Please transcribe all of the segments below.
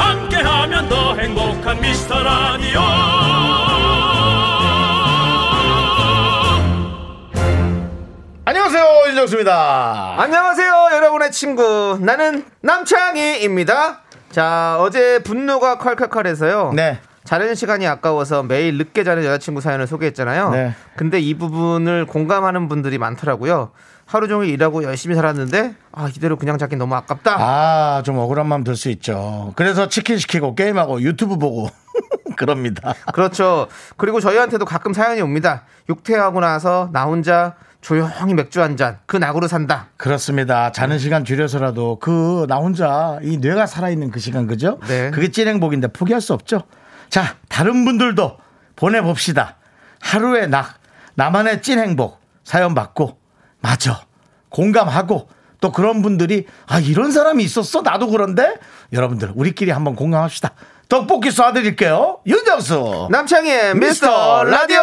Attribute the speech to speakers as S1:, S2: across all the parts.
S1: 함께하면 더 행복한 미스터라디오
S2: 안녕하세요 윤정수입니다.
S3: 안녕하세요, 여러분의 친구. 나는 남창희입니다. 자, 어제 분노가 콸콸콸해서요.
S2: 네.
S3: 자는 시간이 아까워서 매일 늦게 자는 여자친구 사연을 소개했잖아요.
S2: 네.
S3: 근데 이 부분을 공감하는 분들이 많더라고요. 하루 종일 일하고 열심히 살았는데 아 이대로 그냥 자긴 너무 아깝다.
S2: 아, 좀 억울한 마음 들 수 있죠. 그래서 치킨 시키고 게임하고 유튜브 보고 그럽니다.
S3: 그렇죠. 그리고 저희한테도 가끔 사연이 옵니다. 육퇴하고 나서 나 혼자 조용히 맥주 한 잔, 그 낙으로 산다.
S2: 그렇습니다. 자는 시간 줄여서라도 그 나 혼자 이 뇌가 살아있는 그 시간 그죠?
S3: 네.
S2: 그게 찐 행복인데 포기할 수 없죠. 자, 다른 분들도 보내봅시다. 하루의 낙, 나만의 찐 행복 사연 받고 맞아 공감하고 또 그런 분들이 아 이런 사람이 있었어 나도 그런데 여러분들 우리끼리 한번 공감합시다. 떡볶이 쏴드릴게요. 윤정수.
S3: 네. 남창희의
S2: 미스터
S3: 미스터 라디오.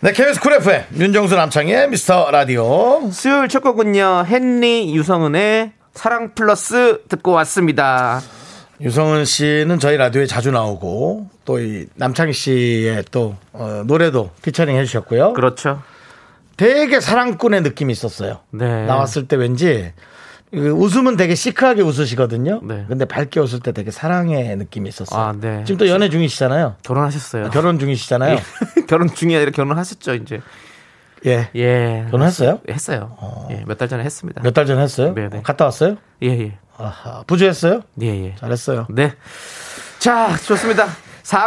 S2: 네, KBS 쿨 FM 윤정수 남창의 미스터 라디오.
S3: 수요일 첫 곡은요 헨리 유성은의 사랑 플러스 듣고 왔습니다.
S2: 유성은 씨는 저희 라디오에 자주 나오고 또 이 남창희 씨의 또 어, 노래도 피처링 해주셨고요.
S3: 그렇죠.
S2: 되게 사랑꾼의 느낌이 있었어요.
S3: 네.
S2: 나왔을 때 왠지 그 웃음은 되게 시크하게 웃으시거든요.
S3: 네.
S2: 근데 밝게 웃을 때 되게 사랑의 느낌이 있었어요.
S3: 아, 네.
S2: 지금 또 연애 중이시잖아요.
S3: 결혼하셨어요.
S2: 결혼 중이시잖아요.
S3: 결혼 중이 아니라 결혼하셨죠 이제.
S2: 예.
S3: 예.
S2: 결혼했어요?
S3: 했어요. 예, 몇 달 전에 했습니다.
S2: 몇 달 전에 했어요?
S3: 네네.
S2: 갔다 왔어요?
S3: 예, 예.
S2: 아하. 부주했어요?
S3: 예, 예.
S2: 잘했어요.
S3: 네. 자, 좋습니다.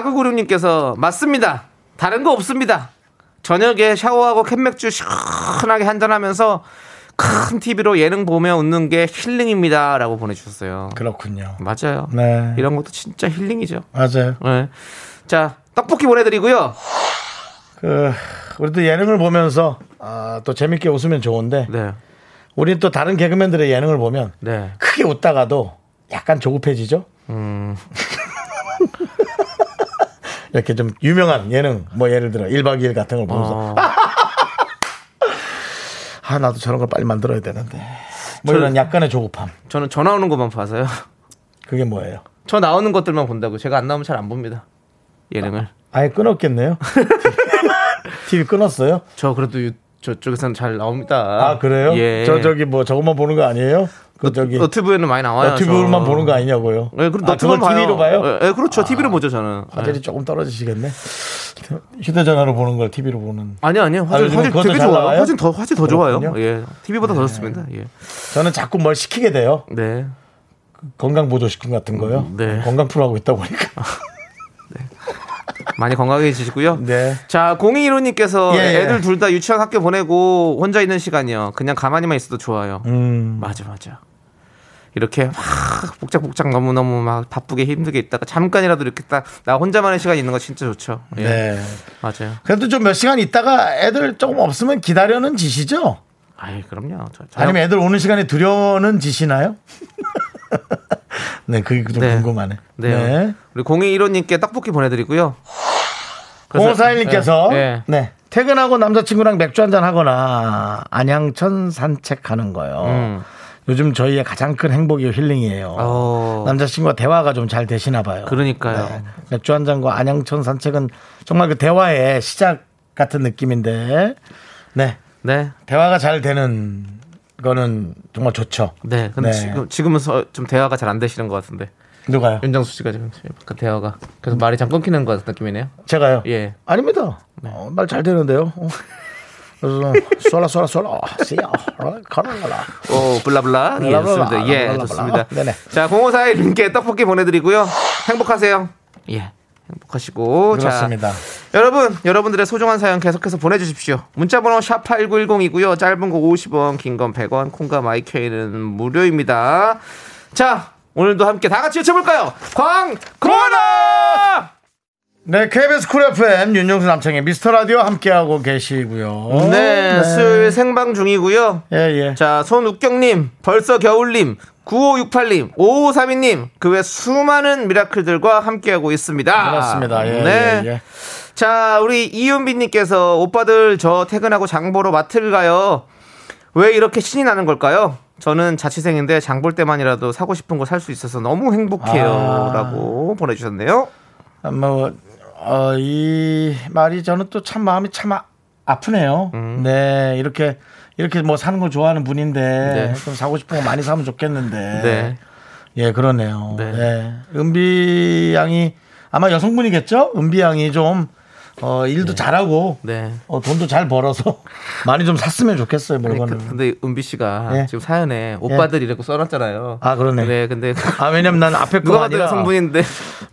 S3: 4996님께서 맞습니다. 다른 거 없습니다. 저녁에 샤워하고 캔맥주 시원하게 한잔하면서 큰 TV로 예능 보며 웃는 게 힐링입니다. 라고 보내주셨어요.
S2: 그렇군요.
S3: 맞아요.
S2: 네.
S3: 이런 것도 진짜 힐링이죠.
S2: 맞아요.
S3: 네. 자, 떡볶이 보내드리고요.
S2: 그 우리도 예능을 보면서 아, 또 재밌게 웃으면 좋은데
S3: 네.
S2: 우린 또 다른 개그맨들의 예능을 보면
S3: 네.
S2: 크게 웃다가도 약간 조급해지죠.
S3: 음.
S2: 이렇게 좀 유명한 예능 뭐 예를 들어 1박 2일 같은 걸 보면서
S3: 어,
S2: 아 나도 저런 걸 빨리 만들어야 되는데 뭐
S3: 저는-
S2: 이런 약간의 조급함
S3: 저는 전화 오는 것만 봐서요.
S2: 그게 뭐예요?
S3: 저 나오는 것들만 본다고. 제가 안 나오면 잘 안 봅니다. 예능을.
S2: 아예 끊었겠네요. TV 끊었어요?
S3: 저 그래도 유- 저쪽에서는 잘 나옵니다.
S2: 아 그래요?
S3: 예.
S2: 저 저기 뭐 저것만 보는 거 아니에요? 그 저기
S3: 너튜브에는 많이 나와요.
S2: 너튜브만
S3: 아, 저.
S2: 보는 거 아니냐고요?
S3: 예, 그럼
S2: 아, 그걸
S3: 너튜브만 봐요.
S2: TV로 봐요? 아.
S3: 예, 예, 그렇죠. TV로 보죠, 저는. 예.
S2: 화질이 조금 떨어지시겠네. 휴대전화로 보는 걸 TV로 보는.
S3: 아니 아니요.
S2: 아,
S3: 화질,
S2: 요즘은
S3: 화질
S2: 그것도
S3: 되게
S2: 잘
S3: 좋아요.
S2: 나와요?
S3: 화질 더 화질 더
S2: 그렇군요. 네.
S3: 좋아요. 예. TV보다 더 좋습니다. 예.
S2: 저는 자꾸 뭘 시키게 돼요.
S3: 네.
S2: 건강 보조 식품 같은 거요.
S3: 네. 아,
S2: 건강 프로 하고 있다 보니까.
S3: 많이 건강해지시고요.
S2: 네.
S3: 자, 021호님께서
S2: 예, 예.
S3: 애들 둘 다 유치원 학교 보내고 혼자 있는 시간이요. 그냥 가만히만 있어도 좋아요.
S2: 음.
S3: 맞아, 맞아. 이렇게 막 복작복작 너무너무 막 바쁘게 힘들게 있다가 잠깐이라도 이렇게 딱 나 혼자만의 시간이 있는 거 진짜 좋죠. 예.
S2: 네.
S3: 맞아요.
S2: 그래도 좀 몇 시간 있다가 애들 조금 없으면 기다려는 짓이죠.
S3: 아이, 그럼요. 저- 저-
S2: 아니면 애들 오는 시간에 두려는 짓이나요? 네, 그게 좀
S3: 네.
S2: 궁금하네.
S3: 네. 우리 021호님께 떡볶이 보내드리고요. 그래서-
S2: 공사일님께서
S3: 예, 예.
S2: 네. 퇴근하고 남자친구랑 맥주 한잔 하거나 안양천 산책하는 거요.
S3: 음.
S2: 요즘 저희의 가장 큰 행복이요 힐링이에요.
S3: 어.
S2: 남자친구와 네. 대화가 좀 잘 되시나 봐요.
S3: 그러니까요.
S2: 맥주 한 잔과 안양천 산책은 정말 그 대화의 시작 같은 느낌인데, 네
S3: 네.
S2: 대화가 잘 되는 거는 정말 좋죠.
S3: 네. 근데
S2: 네.
S3: 지금, 지금은 서- 좀 대화가 잘 안 되시는 것 같은데.
S2: 누가요?
S3: 윤정수 씨가 지금 약간 대화가. 그래서 말이 참 끊기는 것 같은 느낌이네요.
S2: 제가요?
S3: 예.
S2: 아닙니다. 말 잘 되는데요. 어. 그래서 쏠라 쏠라 아, 쏠라 씨야 걸어라
S3: 오, 블라블라. 예,
S2: 블라블라,
S3: 좋습니다. 예,
S2: 블라블라.
S3: 좋습니다.
S2: 네네.
S3: 자, 0541님께 떡볶이 보내드리고요. 행복하세요. 예. 행복하시고.
S2: 그렇습니다.
S3: 자, 여러분, 여러분들의 소중한 사연 계속해서 보내주십시오. 문자번호 샵8910이고요. 짧은 거 50원, 긴 건 100원, 콩과 마이케이는 무료입니다. 자, 오늘도 함께 다 같이 외쳐볼까요? 광고나!
S2: 네, KBS 쿨 FM 윤정수 남창의 미스터 라디오 함께하고 계시고요.
S3: 네, 수요일 생방 중이고요.
S2: 예, 예.
S3: 자, 손욱경님, 벌써 겨울님, 9568님, 5532님, 그 외 수많은 미라클들과 함께하고 있습니다.
S2: 그렇습니다. 예,
S3: 네.
S2: 예, 예.
S3: 자, 우리 이윤빈님께서 오빠들 저 퇴근하고 장보러 마트를 가요. 왜 이렇게 신이 나는 걸까요? 저는 자취생인데 장 볼 때만이라도 사고 싶은 거 살 수 있어서 너무 행복해요.
S2: 아.
S3: 라고 보내주셨네요.
S2: 아, 뭐, 어, 이 말이 저는 또 참 마음이 참 아, 아프네요.
S3: 음.
S2: 네, 이렇게, 이렇게 뭐 사는 걸 좋아하는 분인데,
S3: 네.
S2: 좀 사고 싶은 거 많이 사면 좋겠는데.
S3: 네.
S2: 예, 그러네요.
S3: 네.
S2: 예. 은비 양이 아마 여성분이겠죠? 은비 양이 좀, 어, 일도 잘하고,
S3: 네.
S2: 어, 돈도 잘 벌어서 많이 좀 샀으면 좋겠어요,
S3: 아니,
S2: 물건을.
S3: 그- 근데 은비 씨가
S2: 예.
S3: 지금 사연에 오빠들 이라고 써놨잖아요.
S2: 아, 그러네.
S3: 네, 근데
S2: 아, 왜냐면 난 앞에
S3: 누가
S2: 거
S3: 봐도
S2: 아니라
S3: 여성분인데.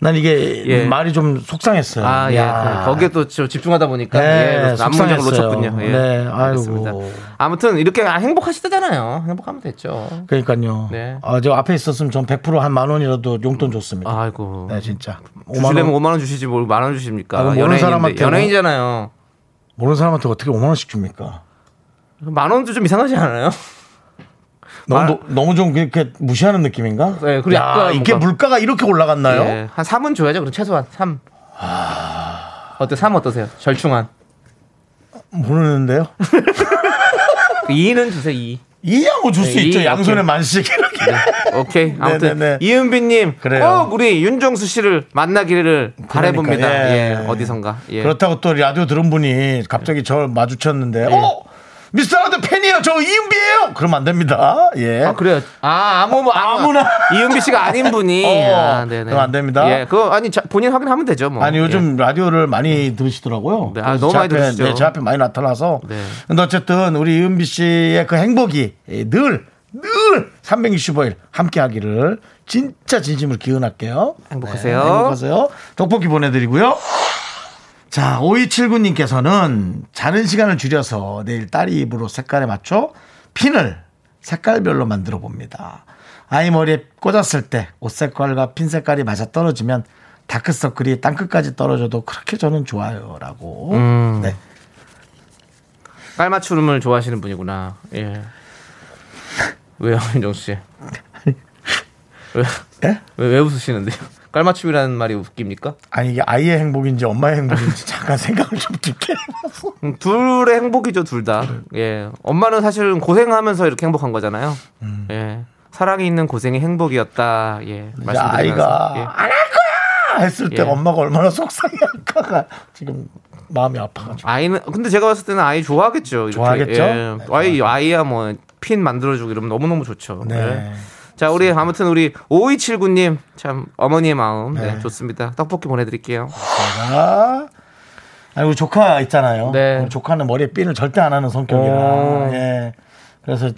S2: 난 이게
S3: 예.
S2: 말이 좀 속상했어요.
S3: 아, 예.
S2: 야.
S3: 그- 거기에 또 저 집중하다 보니까
S2: 네,
S3: 예, 그래서 남문장을
S2: 속상했어요.
S3: 놓쳤군요. 예.
S2: 네, 아이고.
S3: 알겠습니다. 아무튼 이렇게 행복하시다잖아요. 행복하면 됐죠.
S2: 그러니까요.
S3: 네.
S2: 아, 저 앞에 있었으면 전 100%한 만 원이라도 용돈 줬습니다.
S3: 아이고.
S2: 네, 진짜. 5만
S3: 주시려면
S2: 원.
S3: 5만 원 주시지 뭘 만 원 주십니까?
S2: 아, 그럼 모르는
S3: 연예인인데.
S2: 사람한테 뭐-
S3: 연예인이잖아요.
S2: 모르는 사람한테 어떻게 5만 원씩 줍니까?
S3: 만 원도 좀 이상하지 않아요?
S2: 너무
S3: 말-
S2: 노- 너무 좀 그렇게 무시하는 느낌인가?
S3: 아. 네, 그리고
S2: 야,
S3: 약간
S2: 이게
S3: 뭔가-
S2: 물가가 이렇게 아, 올라갔나요?
S3: 예, 한 3은 줘야죠. 그럼 최소한 3.
S2: 아.
S3: 어때 3 어떠세요? 절충한.
S2: 모르는데요.
S3: 2는 주세요. 2.
S2: 이야 뭐 줄 수
S3: 네, 이-
S2: 있죠. 양손에
S3: 오케이.
S2: 만씩 이렇게.
S3: 오케이. 아무튼
S2: 네, 네.
S3: 이은비님
S2: 그래요.
S3: 꼭 우리 윤정수 씨를 만나기를 바래봅니다. 예. 어디선가. 예.
S2: 네, 그렇다고 또 라디오 들은 분이 갑자기 저를
S3: 예.
S2: 마주쳤는데, 어 미스터라드 팬이에요. 저 이은비예요. 그러면 안 됩니다. 예.
S3: 아 그래요. 아 아무 뭐 아무,
S2: 아무나.
S3: 이은비 씨가 아닌 분이.
S2: 어,
S3: 아, 네네.
S2: 그럼 안 됩니다.
S3: 예, 그거 아니 자, 본인 확인하면 되죠. 뭐.
S2: 아니 요즘 라디오를 많이 들으시더라고요.
S3: 네, 아,
S2: 그래서
S3: 너무
S2: 제
S3: 많이
S2: 앞에,
S3: 들으시죠.
S2: 네, 제 앞에 많이 나타나서.
S3: 네.
S2: 근데 어쨌든 우리 이은비 씨의 그 행복이 늘. 늘 365일 함께하기를 진짜 진심으로 기원할게요.
S3: 행복하세요.
S2: 네, 행복하세요. 떡볶이 보내드리고요. 자, 5279님께서는 자는 시간을 줄여서 내일 딸이 입으로 색깔에 맞춰 핀을 색깔별로 만들어 봅니다. 아이 머리에 꽂았을 때 옷 색깔과 핀 색깔이 맞아 떨어지면 다크서클이 땅끝까지 떨어져도 그렇게 저는 좋아요라고.
S3: 음.
S2: 네.
S3: 깔맞춤을 좋아하시는 분이구나. 예. 왜요, 윤정수 씨? 왜,
S2: 예?
S3: 왜, 왜 웃으시는데요? 깔맞춤이라는 말이 웃깁니까?
S2: 아니 이게 아이의 행복인지 엄마의 행복인지 잠깐 생각을 좀 깊게. 해보고.
S3: 음, 둘의 행복이죠, 둘 다. 예. 엄마는 사실은 고생하면서 이렇게 행복한 거잖아요. 예. 사랑이 있는 고생이 행복이었다. 예.
S2: 음. 이제
S3: 말씀드리면서.
S2: 아이가
S3: 예.
S2: 안 할 거야 했을 때
S3: 예.
S2: 엄마가 얼마나 속상해할까가 지금 마음이 아파가지고.
S3: 아이는 근데 제가 봤을 때는 아이 좋아하겠죠. 이렇게. 예.
S2: 좋아하겠죠? 네,
S3: 아이 아이야 뭐 핀 만들어주고 이러면 너무 너무 좋죠.
S2: 네.
S3: 예. 자 우리 아무튼 우리 5279님 참 어머니의 마음 네,
S2: 네.
S3: 좋습니다. 떡볶이 보내드릴게요.
S2: 아, 아니 우리 조카 있잖아요.
S3: 네. 어.
S2: 우리 조카는 머리에 핀을 절대 안 하는 성격이라.
S3: 오.
S2: 예. 그래서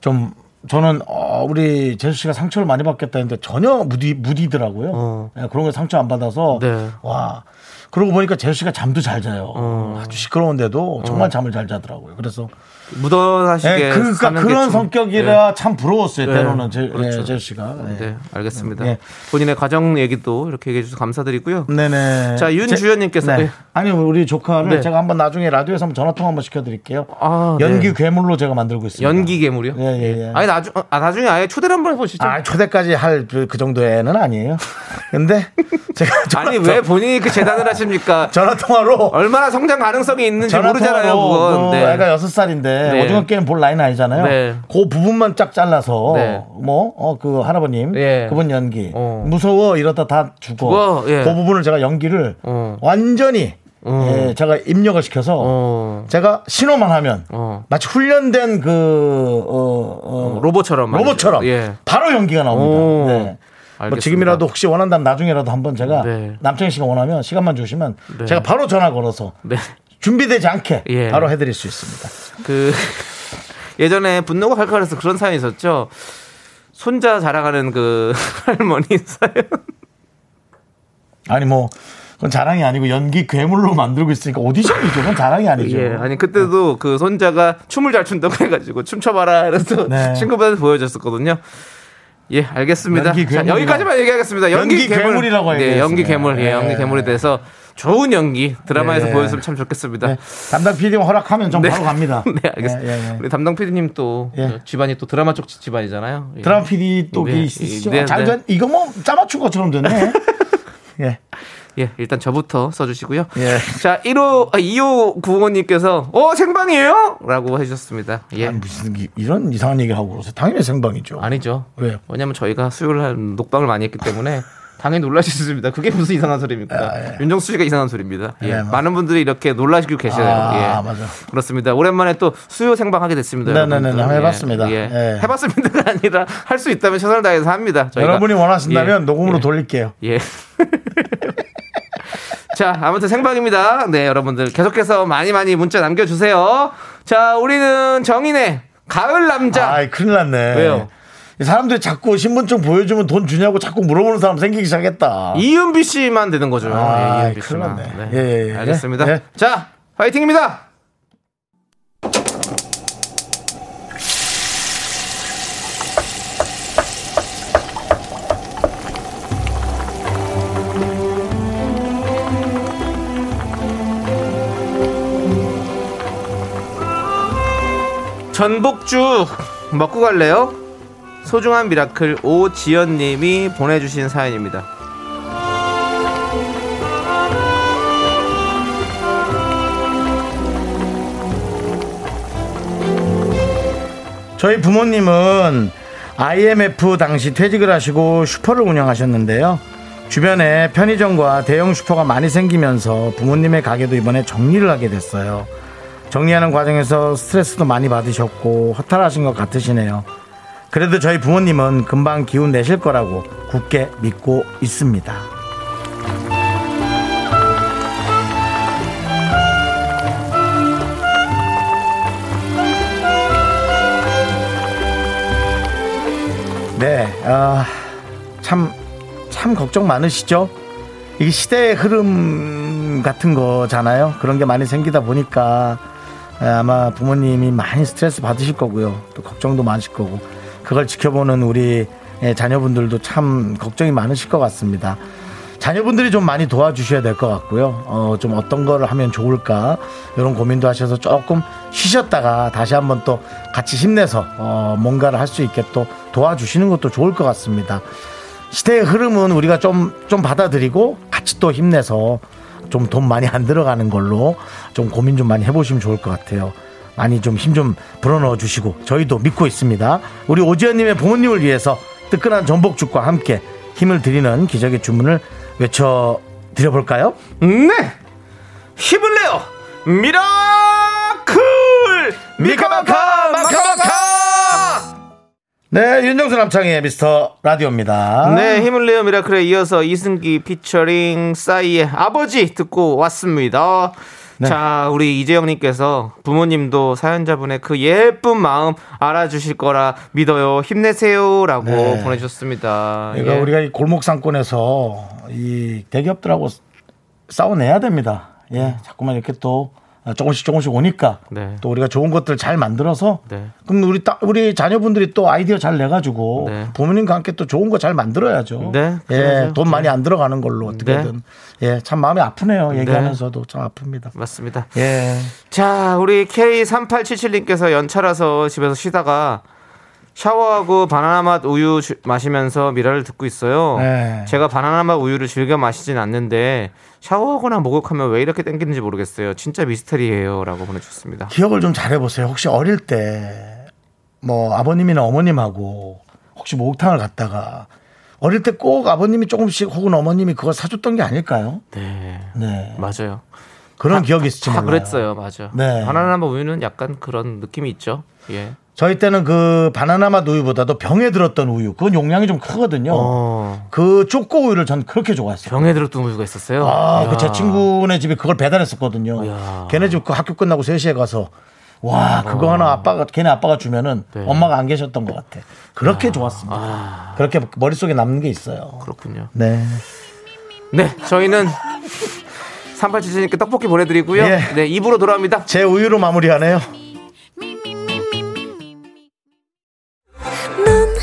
S2: 좀 저는 어, 우리 제수 씨가 상처를 많이 받겠다 했는데 전혀 무디 무디더라고요.
S3: 어.
S2: 예, 그런 걸 상처 안 받아서
S3: 네.
S2: 와. 그러고 보니까 제수 씨가 잠도 잘 자요.
S3: 어.
S2: 아주 시끄러운데도 정말 잠을 잘 자더라고요. 그래서
S3: 무던하시게.
S2: 예, 그러니까
S3: 사는 게
S2: 그런
S3: 좀-
S2: 성격이라 참 부러웠어요.
S3: 네.
S2: 때로는 제,
S3: 그렇죠.
S2: 예, 제수 씨가.
S3: 네.
S2: 예.
S3: 네, 알겠습니다.
S2: 네.
S3: 본인의 가정 얘기도 이렇게 얘기해 주셔서 감사드리고요.
S2: 네네.
S3: 자, 윤주현님께서-
S2: 제-
S3: 네.
S2: 아니 우리 조카를
S3: 네.
S2: 제가 한번 나중에 라디오에서 한번 전화 통화 한번 시켜드릴게요.
S3: 아,
S2: 연기
S3: 네.
S2: 괴물로 제가 만들고 있습니다.
S3: 연기 괴물이요?
S2: 예, 예, 예.
S3: 아니 나중 아, 나중에 아예 초대를 한번 해보시죠.
S2: 아 초대까지 할 그 정도에는 아니에요. 근데 제가 전화,
S3: 아니 왜 본인이 그 재단을 하십니까?
S2: 전화 통화로
S3: 얼마나 성장 가능성이 있는지
S2: 전화
S3: 모르잖아요.
S2: 통화로
S3: 그건.
S2: 그
S3: 네.
S2: 애가 여섯 살인데
S3: 네.
S2: 오징어 게임 볼 라인 아니잖아요.
S3: 네.
S2: 그 부분만 쫙 잘라서
S3: 네.
S2: 뭐어그 할아버님
S3: 예.
S2: 그분 연기
S3: 어.
S2: 무서워 이러다 다 죽어.
S3: 죽어, 예.
S2: 그 부분을 제가 연기를
S3: 어.
S2: 완전히
S3: 어.
S2: 예, 제가 입력을 시켜서
S3: 어.
S2: 제가 신호만 하면
S3: 어.
S2: 마치 훈련된 그 어, 어,
S3: 로봇처럼 말이죠.
S2: 로봇처럼
S3: 예.
S2: 바로 연기가
S3: 오.
S2: 나옵니다. 네. 뭐
S3: 알겠습니다.
S2: 지금이라도 혹시 원한다면 나중에라도 한번 제가
S3: 네.
S2: 남창희 씨가 원하면 시간만 주시면
S3: 네.
S2: 제가 바로 전화 걸어서
S3: 네.
S2: 준비되지 않게
S3: 예.
S2: 바로 해드릴 수 있습니다.
S3: 그 예전에 분노가 칼칼해서 그런 사연이 있었죠. 손자 자랑하는 그 할머니 사연.
S2: 아니 뭐 그건 자랑이 아니고 연기 괴물로 만들고 있으니까 오디션이죠. 그건 자랑이 아니죠. 네.
S3: 예, 아니 그때도 그 손자가 춤을 잘 춘다고 해가지고 춤춰봐라 이래서
S2: 네.
S3: 친구들한테 보여줬었거든요. 예, 알겠습니다.
S2: 연기
S3: 자,
S2: 괴물이라-
S3: 여기까지만 얘기하겠습니다. 연기,
S2: 연기
S3: 괴물.
S2: 괴물이라고
S3: 네, 연기
S2: 얘기했습니다.
S3: 괴물. 예,
S2: 예.
S3: 연기 괴물에 대해서 좋은 연기 드라마에서
S2: 네.
S3: 보여줬으면 참 좋겠습니다.
S2: 네. 담당 PD님 허락하면 전
S3: 네.
S2: 바로 갑니다.
S3: 네, 알겠습니다.
S2: 예, 예, 예.
S3: 우리 담당 PD님 또
S2: 예.
S3: 집안이 또 드라마 쪽 집안이잖아요. 예.
S2: 드라마 PD 또
S3: 네,
S2: 네. 있으시죠?
S3: 네,
S2: 잘
S3: 네.
S2: 된, 이거 뭐 짜맞춘 것처럼 되네. 예.
S3: 예, 일단 저부터 써주시고요.
S2: 예.
S3: 자, 1호, 아, 2호 9호님께서, 어, 생방이에요? 라고 해주셨습니다. 예.
S2: 아니, 무슨 이- 이런 이상한 얘기를 하고 그러세요? 당연히 생방이죠.
S3: 아니죠.
S2: 왜요?
S3: 왜냐면 저희가 수요일 날 녹방을 많이 했기 때문에 당연히 놀라셨습니다. 그게 무슨 이상한 소리입니까? 윤정수 씨가 이상한 소리입니다. 예.
S2: 아, 예, 맞-
S3: 많은 분들이 이렇게 놀라시고 계셔요.
S2: 아,
S3: 예.
S2: 맞아.
S3: 그렇습니다. 오랜만에 또 수요 생방하게 됐습니다.
S2: 네, 네, 네, 네.
S3: 여러분들. 예.
S2: 해봤습니다.
S3: 예.
S2: 예.
S3: 해봤습니다가 아니라 할 수 있다면 최선을 다해서 합니다. 저희가.
S2: 여러분이 원하신다면
S3: 예.
S2: 녹음으로
S3: 예.
S2: 돌릴게요.
S3: 예. 자, 아무튼 생방입니다. 네, 여러분들 계속해서 많이 많이 문자 남겨주세요. 자, 우리는 정인의 가을 남자.
S2: 아, 큰일 났네.
S3: 왜요?
S2: 이 사람들이 자꾸 신분증 보여주면 돈 주냐고 자꾸 물어보는 사람 생기기 시작했다.
S3: 이은비 씨만 되는 거죠.
S2: 아,
S3: 예, 이은비
S2: 큰일
S3: 씨만.
S2: 났네.
S3: 네.
S2: 예, 예, 예.
S3: 알겠습니다.
S2: 예.
S3: 자, 화이팅입니다. 전복죽 먹고 갈래요? 소중한 미라클 오지연님이 보내주신 사연입니다.
S2: 저희 부모님은 IMF 당시 퇴직을 하시고 슈퍼를 운영하셨는데요. 주변에 편의점과 대형 슈퍼가 많이 생기면서 부모님의 가게도 이번에 정리를 하게 됐어요. 정리하는 과정에서 스트레스도 많이 받으셨고 허탈하신 것 같으시네요. 그래도 저희 부모님은 금방 기운 내실 거라고 굳게 믿고 있습니다. 네, 아, 참, 참 걱정 많으시죠? 이게 시대의 흐름 같은 거잖아요. 그런 게 많이 생기다 보니까 예, 아마 부모님이 많이 스트레스 받으실 거고요. 또 걱정도 많으실 거고. 그걸 지켜보는 우리 예, 자녀분들도 참 걱정이 많으실 것 같습니다. 자녀분들이 좀 많이 도와주셔야 될 것 같고요. 어, 좀 어떤 거를 하면 좋을까 이런 고민도 하셔서 조금 쉬셨다가 다시 한번 또 같이 힘내서 어, 뭔가를 할 수 있게 또 도와주시는 것도 좋을 것 같습니다. 시대의 흐름은 우리가 좀, 좀 받아들이고 같이 또 힘내서 좀 돈 많이 안 들어가는 걸로 좀 고민 좀 많이 해보시면 좋을 것 같아요. 많이 좀 힘 좀 불어넣어 주시고 저희도 믿고 있습니다. 우리 오지현님의 부모님을 위해서 뜨끈한 전복죽과 함께 힘을 드리는 기적의 주문을 외쳐 드려볼까요?
S3: 네! 힘을 내요! 미라클! 미카마카! 마카마카!
S2: 네, 윤정수 남창의 미스터 라디오입니다.
S3: 네, 힘을 내요 미라클에 이어서 이승기 피처링 싸이의 아버지 듣고 왔습니다.
S2: 네.
S3: 자, 우리 이재영님께서 부모님도 사연자분의 그 예쁜 마음 알아주실 거라 믿어요. 힘내세요. 라고
S2: 네.
S3: 보내주셨습니다.
S2: 그러니까
S3: 예.
S2: 우리가 이 골목 상권에서 이 대기업들하고 싸워내야 됩니다. 예, 자꾸만 이렇게 또 조금씩 조금씩 오니까
S3: 음. 네.
S2: 또 우리가 좋은 것들 잘 만들어서
S3: 네.
S2: 그럼 우리 따, 우리 자녀분들이 또 아이디어 잘 내가지고
S3: 네.
S2: 부모님과 함께 또 좋은 거 잘 만들어야죠.
S3: 네,
S2: 예,
S3: 그러죠.
S2: 돈 많이 안 들어가는 걸로 어떻게든 예, 참 마음이 아프네요. 얘기하면서도 참 아픕니다.
S3: 맞습니다.
S2: 예,
S3: 자, 우리 K3877님께서 연차라서 집에서 쉬다가 샤워하고 바나나 맛 우유 주- 마시면서 미라를 듣고 있어요.
S2: 네.
S3: 제가 바나나 맛 우유를 즐겨 마시진 않는데 샤워하거나 목욕하면 왜 이렇게 땡기는지 모르겠어요. 진짜 미스터리예요라고 보내주셨습니다.
S2: 기억을 좀 잘해보세요. 혹시 어릴 때 뭐 아버님이나 어머님하고 혹시 목욕탕을 갔다가 어릴 때 꼭 아버님이 조금씩 혹은 어머님이 그걸 사줬던 게 아닐까요?
S3: 네,
S2: 네.
S3: 맞아요.
S2: 그런 기억이 있을지
S3: 다
S2: 몰라요.
S3: 그랬어요, 맞아.
S2: 네.
S3: 바나나 맛 우유는 약간 그런 느낌이 있죠. 예.
S2: 저희 때는 그 바나나 맛 우유보다도 병에 들었던 우유. 그건 용량이 좀 크거든요.
S3: 어,
S2: 그 쪼꼬 우유를 전 그렇게 좋아했어요.
S3: 병에 들었던 우유가 있었어요.
S2: 아, 그
S3: 이야.
S2: 제 친구네 집이 그걸 배달했었거든요.
S3: 이야.
S2: 걔네 집 그 학교 끝나고 3시에 가서 와, 그거 하나 아빠가 걔네 아빠가 주면은
S3: 어. 네.
S2: 엄마가 안 계셨던 것 같아. 그렇게 좋았습니다. 그렇게 머릿속에 남는 게 있어요.
S3: 아, 그렇군요.
S2: 네.
S3: 네, 저희는 3877님께 떡볶이 보내드리고요.
S2: 예.
S3: 네, 2부로 돌아옵니다.
S2: 제 우유로 마무리하네요.
S4: 넌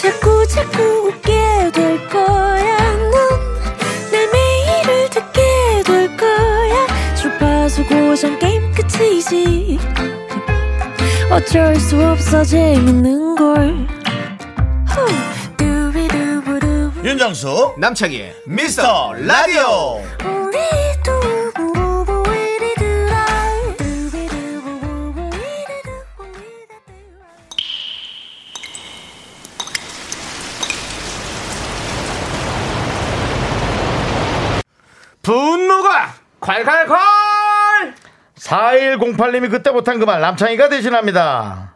S4: 자꾸 자꾸 웃게 될 거야. 넌내 매일을 듣게 될 거야. 오전 게임 끝이지 어쩔 수 없어 재밌는 걸 후. 두비두부두.
S5: 윤정수 남창희의 미스터 라디오
S4: 우리 두부부부 우리들아. 두비두부부부 우리들아. 우리들아.
S3: 분노가 콸콸콸
S2: 4108님이 그때 못한 그 말 남창희가 대신합니다.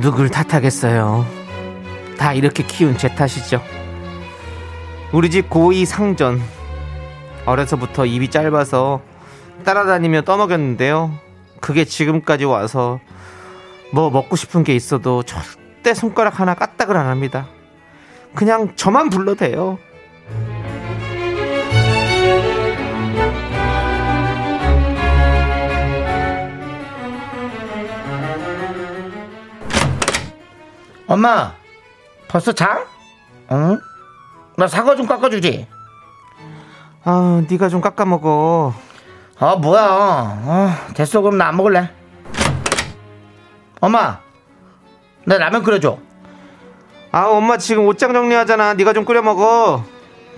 S3: 누굴 탓하겠어요 다 이렇게 키운 제 탓이죠 우리 집 고이 상전 어려서부터 입이 짧아서 따라다니며 떠먹였는데요 그게 지금까지 와서 뭐 먹고 싶은 게 있어도 절대 손가락 하나 까딱을 안 합니다 그냥 저만 불러대요
S2: 엄마 벌써 자? 응? 나 사과 좀 깎아주지.
S3: 아 네가 좀 깎아먹어
S2: 아 뭐야? 아, 됐어 그럼 나 안 먹을래. 엄마 나 라면 끓여줘.
S3: 아 엄마 지금 옷장 정리하잖아 네가 좀 끓여 먹어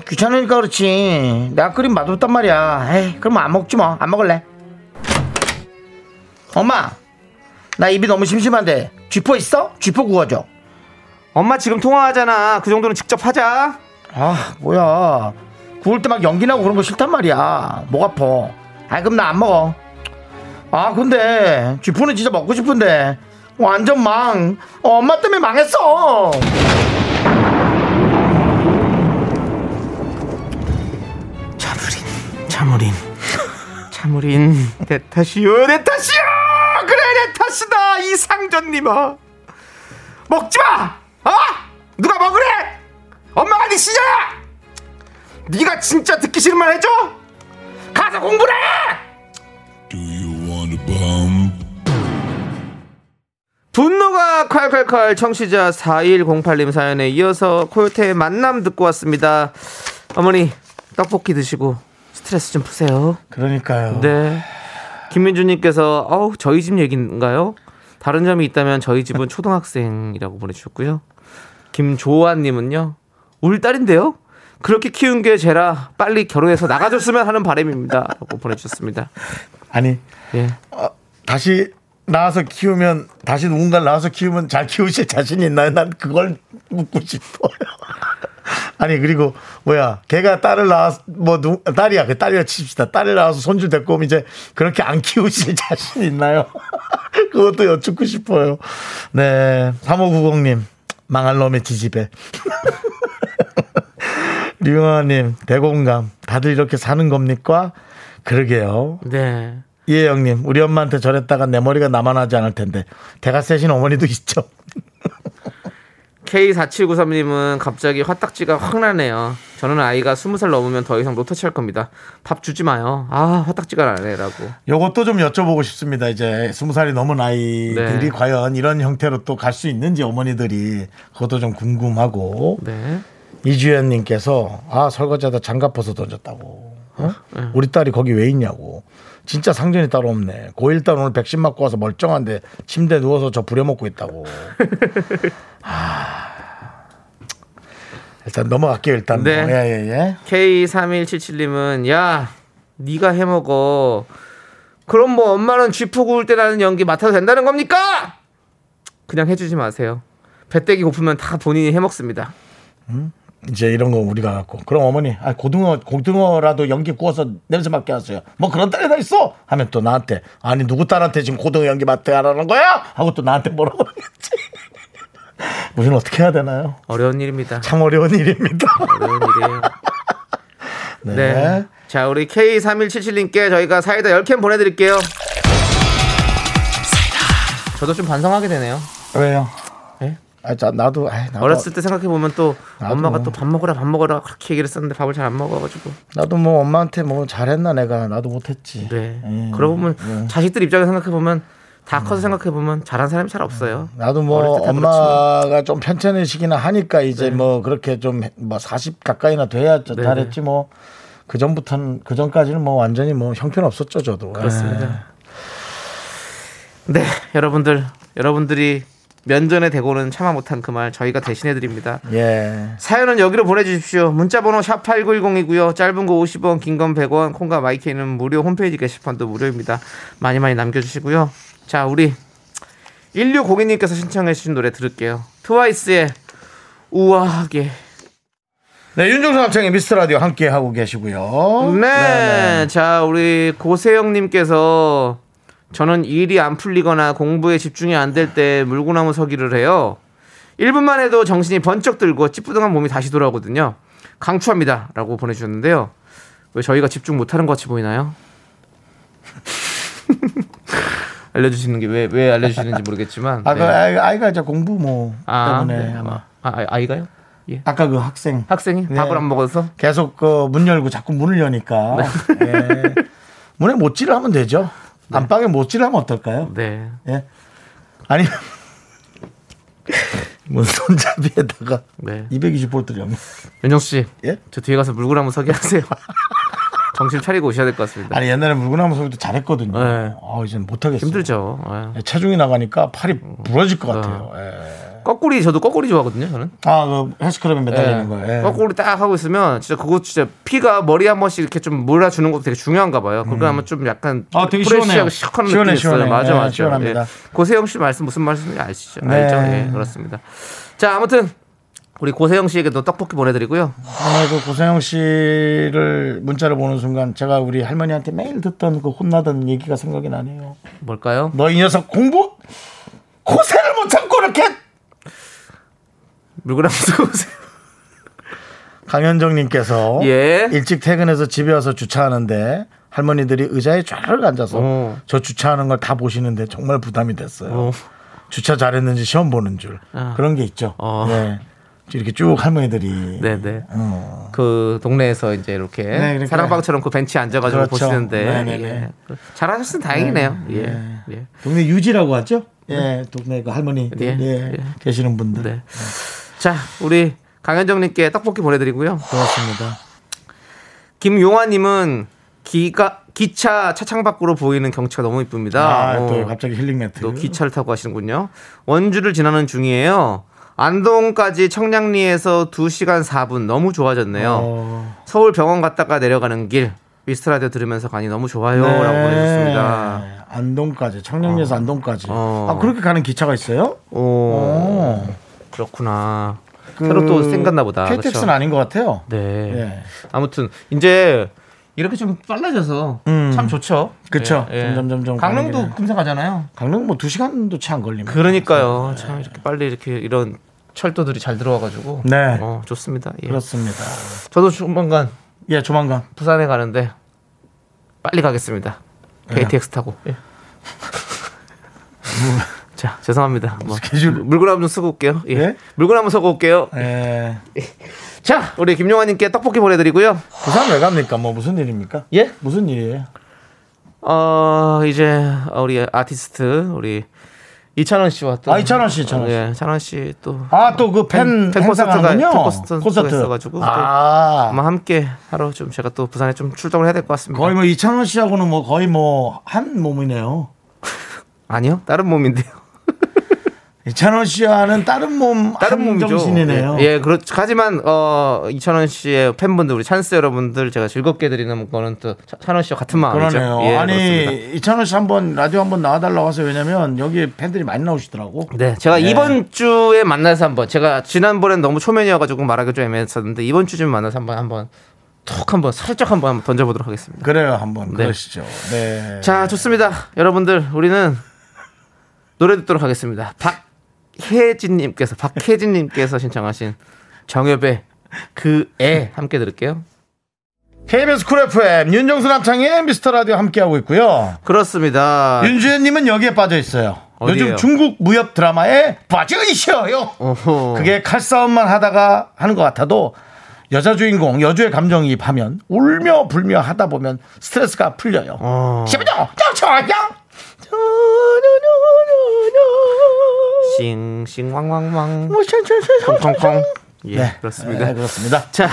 S2: 귀찮으니까 그렇지. 내가 끓인 맛없단 말이야. 에이, 그럼 안 먹지 뭐. 안 먹을래. 엄마, 나 입이 너무 심심한데 쥐포 있어? 쥐포 구워줘.
S3: 엄마 지금 통화하잖아 그 정도는 직접 하자
S2: 아, 뭐야. 구울 때 막 연기 나고 그런 거 싫단 말이야. 목 아파. 아, 그럼 나 안 먹어. 아, 근데 쥐포는 진짜 먹고 싶은데 완전 망. 어, 엄마 때문에 망했어.
S3: 차무린 차무린 차무린 내 탓이요 내 탓이요 그래 내 탓이다 이상전님아 먹지마 어? 누가 먹으래 엄마가 네 시자야 네가 진짜 듣기 싫은 말 해줘 가서 공부를 해 분노가 칼칼칼 청취자 4108님 사연에 이어서 코요태의 만남 듣고 왔습니다. 어머니 떡볶이 드시고 스트레스 좀 푸세요.
S2: 그러니까요.
S3: 네. 김민주님께서 어우 저희 집 얘기인가요? 다른 점이 있다면 저희 집은 초등학생이라고 보내주셨고요. 김조아님은요 우리 딸인데요. 그렇게 키운 게 제라 빨리 결혼해서 나가줬으면 하는 바람입니다라고 보내주셨습니다.
S2: 아니,
S3: 예.
S2: 다시 나와서 키우면 다시 누군가를 나와서 키우면 잘 키우실 자신 있나요? 난 그걸 묻고 싶어요. 아니 그리고 뭐야 걔가 딸을 낳아서 뭐 누, 딸이야 그 딸이라 칩시다 딸을 낳아서 손주 데리고 오면 이제 그렇게 안 키우실 자신 있나요? 그것도 여쭙고 싶어요. 네 3590님 망할 놈의 지지배 류영아님 대공감 다들 이렇게 사는 겁니까? 그러게요.
S3: 네.
S2: 이혜영님, 예, 우리 엄마한테 저랬다가 내 머리가 남아나지 않을 텐데. 대가 세신 어머니도 있죠.
S3: K4793님은 갑자기 화딱지가 확 나네요. 저는 아이가 20살 넘으면 더 이상 노터 취할 겁니다. 밥 주지 마요. 아, 화딱지가 나네라고.
S2: 요것도 좀 여쭤보고 싶습니다. 이제 스무 살이 넘은 아이들이
S3: 네.
S2: 과연 이런 형태로 또 갈 수 있는지 어머니들이 그것도 좀 궁금하고.
S3: 네.
S2: 이주연님께서 아 설거지하다 장갑 벗어 던졌다고. 어?
S3: 네.
S2: 우리 딸이 거기 왜 있냐고. 진짜 상전이 따로 없네. 고1 딸 오늘 백신 맞고 와서 멀쩡한데 침대 누워서 저 부려먹고 있다고. 아. 일단 넘어갈게요 일단.
S3: 네.
S2: 뭐. 예, 예, 예.
S3: K3177님은 야, 네가 해 먹어. 그럼 뭐 엄마는 쥐포 구울 때 나는 연기 맡아도 된다는 겁니까? 그냥 해주지 마세요. 배때기 고프면 다 본인이 해 먹습니다.
S2: 이제 이런 거 우리가 갖고 그럼 어머니 아 고등어 고등어라도 연기 구워서 냄새 맡게 하세요 뭐 그런 딸이 다 있어 하면 또 나한테 아니 누구 딸한테 지금 고등어 연기 맡게 하라는 거야 하고 또 나한테 뭐라고 하겠지 우리는 어떻게 해야 되나요
S3: 어려운 일입니다.
S2: 참 어려운 일입니다
S3: 어려운 일이에요.
S2: 네,
S3: 네. 자, 우리 K3177님께 저희가 사이다 10캔 보내드릴게요. 저도 좀 반성하게 되네요.
S2: 왜요
S3: 예?
S2: 아, 자, 나도 아이, 나도,
S3: 어렸을 때 생각해보면 또
S2: 나도
S3: 엄마가
S2: 뭐.
S3: 또 밥 먹으라 밥 먹으라 그렇게 얘기를 했었는데 밥을 잘 안 먹어가지고.
S2: 나도 뭐 엄마한테 뭐 잘했나 내가 나도 못했지
S3: 네.
S2: 예.
S3: 그러고 보면
S2: 예.
S3: 자식들 입장에서 생각해보면 다 커서 생각해 보면 잘한 사람이 잘 없어요.
S2: 음. 나도 뭐
S3: 어릴 때다
S2: 엄마가 좀 편찮으시기나 하니까 이제 뭐 그렇게 좀 뭐 40 가까이나 돼야 저-
S3: 네,
S2: 잘했지 뭐 그 전부터는 그 전까지는 뭐 완전히 뭐 형편 없었죠 저도.
S3: 그렇습니다. 네, 여러분들, 여러분들이 면전에 대고는 참아 못한 그 말 저희가 대신해 드립니다.
S2: 예.
S3: 사연은 여기로 보내주십시오. 문자번호 샵 8910이고요. 짧은 거 50원, 긴 건 100원, 콩과 마이크는 무료 홈페이지 게시판도 무료입니다. 많이 많이 남겨주시고요. 자, 우리 1류 고객님께서 신청해 주신 노래 들을게요. 트와이스의 우아하게.
S2: 네, 윤종수 합창의 미스터 라디오 함께 하고 계시고요.
S3: 네. 자, 우리 고세영님께서 저는 일이 안 풀리거나 공부에 집중이 안 될 때 물구나무 서기를 해요. 1분만 해도 정신이 번쩍 들고 찌뿌둥한 몸이 다시 돌아오거든요. 강추합니다. 라고 보내주셨는데요. 왜 저희가 집중 못하는 것 같이 보이나요? 알려주시는 게 왜 왜 알려주시는지 모르겠지만
S2: 아, 그
S3: 네.
S2: 아이- 아이가 이제 공부 뭐 때문에
S3: 네.
S2: 아마
S3: 아, 이가요
S2: 아까 그 학생
S3: 학생이
S2: 네.
S3: 밥을 안 먹어서
S2: 계속 그 문 열고 자꾸 문을 여니까
S3: 네.
S2: 예. 문에 못질을 하면 되죠. 안방에 못질을 하면 어떨까요?
S3: 네
S2: 예. 아니 문 손잡이에다가
S3: 네.
S2: 220볼트를 연.
S3: 윤정수 씨,
S2: 예?
S3: 저 뒤에 가서 물구나무 서게 하세요. 정신 차리고 오셔야 될 것 같습니다.
S2: 아니 옛날에 물구나무 서기도 잘했거든요.
S3: 네.
S2: 아 이제 못하겠어요.
S3: 힘들죠.
S2: 예, 체중이 나가니까 팔이 부러질 것 같아요. 예.
S3: 예. 거꾸리 저도 거꾸리 좋아하거든요. 저는.
S2: 아그 헬스클럽에 매달리는
S3: 예.
S2: 거예요. 예.
S3: 거꾸리 딱 하고 있으면 진짜 그거 진짜 피가 머리 한 번씩 이렇게 좀 몰아주는 것도 되게 중요한가 봐요. 그러고 나면 좀 약간
S2: 아, 되게 시원해요.
S3: 프레시하고 시원한
S2: 시원해,
S3: 느낌이 있어요.
S2: 시원해.
S3: 맞아
S2: 예,
S3: 맞아.
S2: 시원합니다.
S3: 고세영 씨 말씀 무슨 말씀인지 아시죠?
S2: 네.
S3: 알죠? 예, 그렇습니다. 자 아무튼 우리 고세영 씨에게도 떡볶이 보내드리고요.
S2: 정말 그 고세영 씨를 문자를 보는 순간 제가 우리 할머니한테 매일 듣던 그 혼나던 얘기가 생각이 나네요.
S3: 뭘까요?
S2: 너 이 녀석 공부 고세를 못 참고 이렇게
S3: 물구나무 서고 오세요.
S2: 강현정님께서
S3: 예.
S2: 일찍 퇴근해서 집에 와서 주차하는데 할머니들이 의자에 쫘르륵 앉아서
S3: 어.
S2: 저 주차하는 걸 다 보시는데 정말 부담이 됐어요.
S3: 어.
S2: 주차 잘했는지 시험 보는 줄
S3: 아.
S2: 그런 게 있죠.
S3: 어.
S2: 네. 이렇게 쭉 할머니들이
S3: 네네.
S2: 어.
S3: 그 동네에서 이제 이렇게
S2: 그러니까.
S3: 사랑방처럼 그 벤치 에 앉아가지고
S2: 그렇죠.
S3: 보시는데
S2: 네네네.
S3: 예. 잘하셨으면 다행이네요. 예. 예.
S2: 동네 유지라고 하죠. 예, 동네 그 할머니
S3: 예.
S2: 예,
S3: 예.
S2: 계시는 분들
S3: 네. 자, 우리 강현정님께 떡볶이 보내드리고요.
S2: 고맙습니다.
S3: 김용화님은 기가 기차 차창 밖으로 보이는 경치가 너무 이쁩니다.
S2: 아,
S3: 어,
S2: 또 갑자기 힐링 매트.
S3: 또 기차를 타고 가시는군요. 원주를 지나는 중이에요. 안동까지 청량리에서 2시간 4분 너무 좋아졌네요.
S2: 어.
S3: 서울 병원 갔다가 내려가는 길 미스트라디오 들으면서 가니 너무 좋아요
S2: 네.
S3: 라고 보내주셨습니다
S2: 안동까지 청량리에서 안동까지.
S3: 어.
S2: 아 그렇게 가는 기차가 있어요?
S3: 오, 어. 그렇구나
S2: 그
S3: 새로 또 생겼나 보다
S2: KTX는
S3: 그쵸?
S2: 아닌 것 같아요.
S3: 네
S2: 예.
S3: 아무튼 이제 이렇게 좀 빨라져서
S2: 음.
S3: 참 좋죠
S2: 그쵸.
S3: 예.
S2: 점점, 점점 가는
S3: 강릉도
S2: 길에.
S3: 금세 가잖아요
S2: 강릉 뭐 두 시간도 채 안 걸립니다.
S3: 그러니까요 참 이렇게 빨리 이렇게 이런 철도들이 잘 들어와가지고
S2: 네.
S3: 어, 좋습니다 예.
S2: 그렇습니다.
S3: 저도 조만간
S2: 예, 조만간.
S3: 부산에 가는데 빨리 가겠습니다.
S2: 네.
S3: KTX 타고. 예.
S2: 음.
S3: 자 죄송합니다. 뭐,
S2: 스케줄.
S3: 물- 물구나무 좀 쓰고 올게요. 예.
S2: 예?
S3: 물구나무 서고 올게요.
S2: 예.
S3: 자 우리 김용환님께 떡볶이 보내드리고요.
S2: 부산 왜 갑니까? 뭐 무슨 일입니까?
S3: 예?
S2: 무슨 일이에요?
S3: 어 이제 우리 아티스트 우리 이찬원 씨와 또
S2: 아, 이찬원 씨, 이찬원 씨.
S3: 예, 찬원 씨또
S2: 아, 또 그 팬
S3: 팬 콘서트가-
S2: 행사가는군요.
S3: 팬 콘서트가 있어가지고 또
S2: 아.
S3: 아마 함께 하러 좀 제가 또 부산에 좀 출동을 해야 될 것 같습니다.
S2: 거의 뭐 이찬원 씨하고는 뭐 거의 뭐 한 몸이네요.
S3: 아니요 다른 몸인데요.
S2: 이찬원 씨와는 다른 몸,
S3: 다른
S2: 한
S3: 몸이죠.
S2: 정신이네요.
S3: 예, 예, 그렇죠. 하지만 어 이찬원 씨의 팬분들 우리 찬스 여러분들 제가 즐겁게 드리는 거는 또 차- 찬원 씨와 같은 마음이죠.
S2: 그러네요.
S3: 예,
S2: 아니
S3: 그렇습니다.
S2: 이찬원 씨 한번 라디오 한번 나와달라고 하세요. 왜냐면 여기 팬들이 많이 나오시더라고.
S3: 네, 제가
S2: 네.
S3: 이번 주에 만나서 한번 제가 지난번엔 너무 초면이어가지고 말하기 좀 애매했었는데 이번 주쯤 만나서 한번 한번 톡 한번 살짝 한번 한번 던져보도록 하겠습니다.
S2: 그래요 한번
S3: 네.
S2: 그러시죠. 네.
S3: 자, 좋습니다. 여러분들 우리는 노래 듣도록 하겠습니다. 박혜진님께서 박혜진님께서 신청하신 정엽의 그 애 함께 들을게요.
S2: KBS 쿨 FM 윤정수 남창의 미스터 라디오 함께하고 있고요.
S3: 그렇습니다.
S2: 윤주현님은 여기에 빠져 있어요.
S3: 아, 어디예요?
S2: 요즘 중국 무협 드라마에 빠져 있어요.
S3: 어허.
S2: 그게 칼싸움만 하다가 하는 것 같아도 여자 주인공 여주의 감정이입하면 울며 불며 하다 보면 스트레스가 풀려요.
S3: 어.
S2: 시부장 짱짱짱
S3: 싱싱 왕왕왕
S2: 뭐, 쉔, 쉔, 쉔, 쉔, 쉔, 쉔.
S3: 콩콩콩 예
S2: 네.
S3: 그렇습니다
S2: 네, 그렇습니다.
S3: 자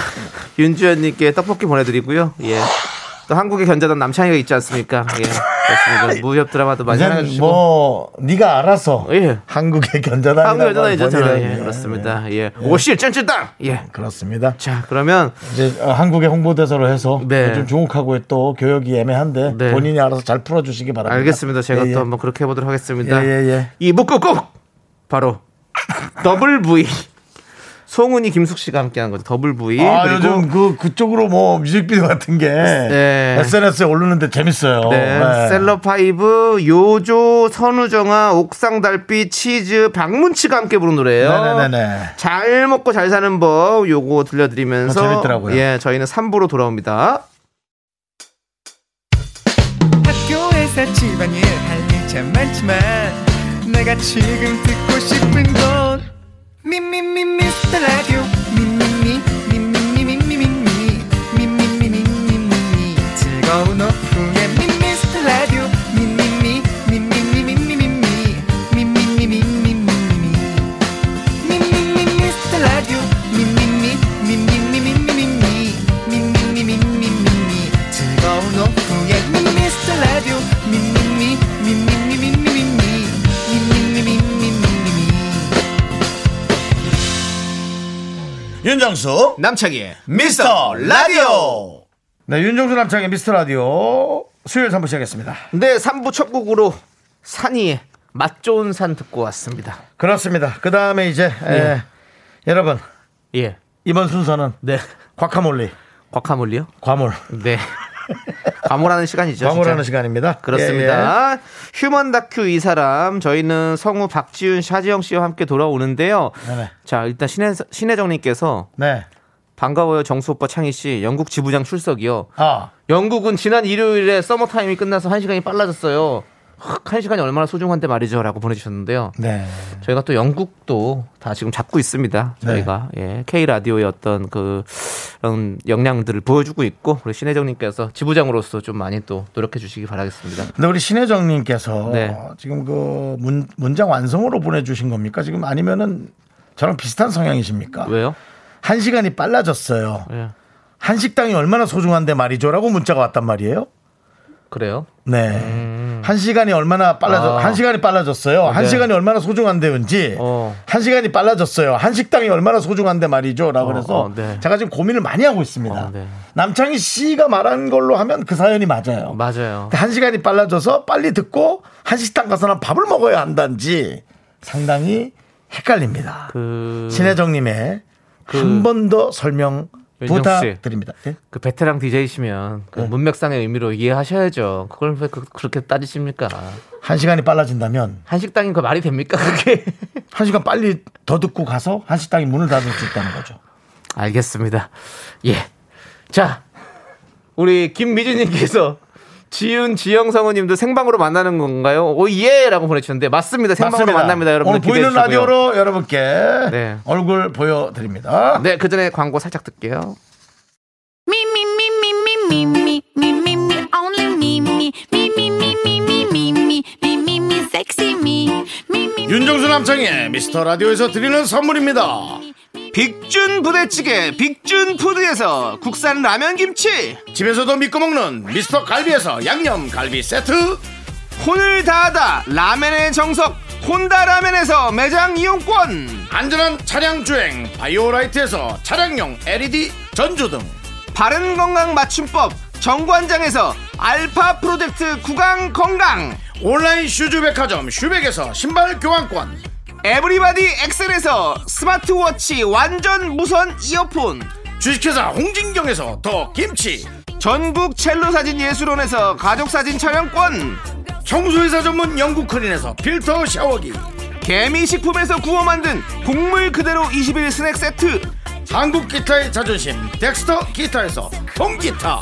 S3: 윤주현님께 떡볶이 보내드리고요 예또 한국의 견자단 남창희가 있지 않습니까 예 그렇습니다 무협 드라마도 많이
S2: 이젠
S3: 사랑해주시고
S2: 뭐 네가 알아서
S3: 예.
S2: 한국의 견자단이라고
S3: 한국
S2: 한
S3: 여자단이잖아요
S2: 번이라니.
S3: 예 그렇습니다 예 오실 짠짠땅 예자
S2: 그렇습니다.
S3: 그러면
S2: 이제 어, 한국의 홍보대사로 해서
S3: 네.
S2: 요즘 중국하고의 또 교역이 애매한데
S3: 네.
S2: 본인이 알아서 잘 풀어주시기 바랍니다.
S3: 알겠습니다. 제가
S2: 예, 예.
S3: 또 한번 그렇게 해보도록 하겠습니다.
S2: 예, 예, 예.
S3: 이 묶고 꼭 바로 더블 V 송은이 김숙 씨가 함께한 거죠. 더블 V
S2: 아
S3: 예, 그리고
S2: 요즘 그 그쪽으로 뭐 뮤직비디오 같은 게
S3: 네.
S2: SNS에 오르는데 재밌어요.
S3: 네,
S2: 네.
S3: 셀럽파이브 요조 선우정아 옥상달빛 치즈 박문치가 함께 부른 노래예요.
S2: 네네네네.
S3: 잘 먹고 잘 사는 법 요거 들려드리면서
S2: 어, 재밌더라고요.
S3: 예, 저희는 3부로 돌아옵니다.
S6: 학교에서 집안일 할 일 참 많지만 내가 지금 듣고 싶은 건 미미미 미스터 라디오 미미미 미미미 미미미 미미미 미미미 즐거운 오후에 미스터 라디오 미미미 미미미 미미미 미미미 미미미
S5: 윤정수 남창희의 미스터 라디오
S2: 네, 윤종수 남창의 미스터 라디오 수요일 3부 시작했습니다.
S3: 네, 3부 첫 곡으로 산이의 맛 좋은 산 듣고 왔습니다.
S2: 그렇습니다. 그 다음에 이제 에, 여러분
S3: 예.
S2: 이번 순서는
S3: 네.
S2: 과카몰리
S3: 과카몰리요?
S2: 과몰
S3: 네. 과몰하는 시간이죠.
S2: 과몰하는
S3: 진짜.
S2: 시간입니다. 예, 예.
S3: 그렇습니다. 휴먼 다큐 이 사람 저희는 성우 박지윤 차지영 씨와 함께 돌아오는데요.
S2: 네네.
S3: 자 일단 신혜 신혜정님께서
S2: 네.
S3: 반가워요 정수 오빠 창희 씨 영국 지부장 출석이요.
S2: 아
S3: 영국은 지난 일요일에 서머 타임이 끝나서 한 시간이 빨라졌어요. 흑, 한 시간이 얼마나 소중한데 말이죠라고 보내주셨는데요.
S2: 네.
S3: 저희가 또 영국도 다 지금 잡고 있습니다. 저희가 예, K 라디오의 어떤 그 그런 역량들을 보여주고 있고 우리 신혜정님께서 지부장으로서 좀 많이 또 노력해 주시기 바라겠습니다.
S2: 근데 우리 신혜정님께서
S3: 네.
S2: 지금 그 문, 문장 완성으로 보내주신 겁니까? 지금 아니면은 저랑 비슷한 성향이십니까?
S3: 왜요?
S2: 한 시간이 빨라졌어요.
S3: 예.
S2: 한 식당이 얼마나 소중한데 말이죠라고 문자가 왔단 말이에요.
S3: 그래요?
S2: 네. 한 시간이 얼마나 빨라졌,
S3: 음. 아.
S2: 한 시간이 빨라졌어요. 한
S3: 네.
S2: 시간이 얼마나 소중한데인지,
S3: 어.
S2: 한 시간이 빨라졌어요. 한 식당이 얼마나 소중한데 말이죠. 라고
S3: 어,
S2: 그래서
S3: 어, 네.
S2: 제가 지금 고민을 많이 하고 있습니다.
S3: 어, 네.
S2: 남창희 씨가 말한 걸로 하면 그 사연이 맞아요. 그러니까
S3: 맞아요.
S2: 한 시간이 빨라져서 빨리 듣고 한식당 가서는 밥을 먹어야 한단지 상당히 헷갈립니다.
S3: 그,
S2: 신혜정님의
S3: 그-
S2: 한 번 더 설명
S3: 윤정 씨.
S2: 부탁드립니다. 예?
S3: 그 베테랑 DJ시면 그 문맥상의 의미로 이해하셔야죠. 그걸 왜 그, 렇게 따지십니까?
S2: 한 시간이 빨라진다면
S3: 한식당인 거 말이 됩니까? 그게?
S2: 한 시간 빨리 더 듣고 가서 한식당이 문을 닫을 수 있다는 거죠.
S3: 알겠습니다. 예. 자, 우리 김미진님께서 지윤, 지영, 성우님도 생방으로 만나는 건가요? 오, 예! 라고 보내주셨는데, 맞습니다. 생방으로
S2: 맞습니다.
S3: 만납니다, 여러분들.
S2: 오늘 보이는
S3: 기대해 주시고요.
S2: 라디오로 여러분께
S3: 네.
S2: 얼굴 보여드립니다.
S3: 네, 그 전에 광고 살짝 듣게요.
S4: Me, me, me, me, me, me, me, me, me, me, only me, me, me, me, me, me, me, me, me, me, me, me, sexy me, me, me,
S2: 윤정수 남창의 미스터 라디오에서 드리는 선물입니다.
S3: 빅준 부대찌개, 빅준 푸드에서 국산 라면 김치!
S2: 집에서도 믿고 먹는 미스터 갈비에서 양념 갈비 세트.
S3: 혼을 다하다 라멘의 정석 혼다 라멘에서 매장 이용권
S2: 안전한 차량 주행 바이오라이트에서 차량용 LED 전조 등
S3: 바른 건강 맞춤법 정관장에서 알파 프로젝트 구강 건강
S2: 온라인 슈즈 백화점 슈백에서 신발 교환권
S3: 에브리바디 엑셀에서 스마트워치 완전 무선 이어폰
S2: 주식회사 홍진경에서 더 김치
S3: 전국 첼로 사진 예술원에서 가족 사진 촬영권
S2: 청소회사 전문 영국 크린에서 필터 샤워기
S3: 개미 식품에서 구워 만든 곡물 그대로 21 스낵 세트
S2: 한국 기타의 자존심 덱스터 기타에서 통기타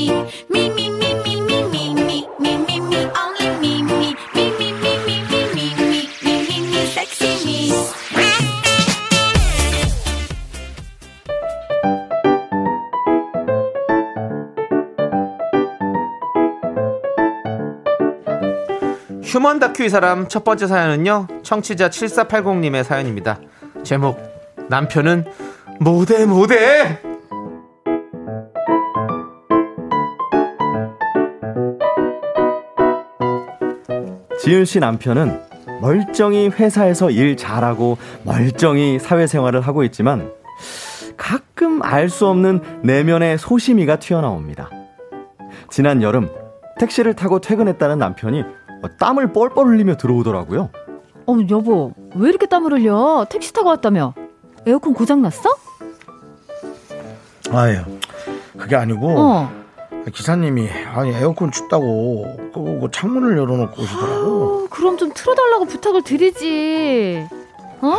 S4: me, me, me, me, me, me, me, me, me, me, only me, me, me, me, me, me, me, me, me, me, me, me, sexy me.
S3: 휴먼 다큐 이 사람 첫 번째 사연은요. 청취자 7480님의 사연입니다. 제목 남편은 모대 모대.
S7: 지윤 씨 남편은 멀쩡히 회사에서 일 잘하고 멀쩡히 사회생활을 하고 있지만 가끔 알 수 없는 내면의 소심이가 튀어나옵니다. 지난 여름 택시를 타고 퇴근했다는 남편이 땀을 뻘뻘 흘리며 들어오더라고요.
S8: 어, 여보, 왜 이렇게 땀을 흘려? 택시 타고 왔다며. 에어컨 고장났어?
S2: 아유, 그게 아니고
S8: 어.
S2: 기사님이 아니 에어컨 춥다고 그거 창문을 열어놓고 오시더라고.
S8: 어, 그럼 좀 틀어달라고 부탁을 드리지. 어?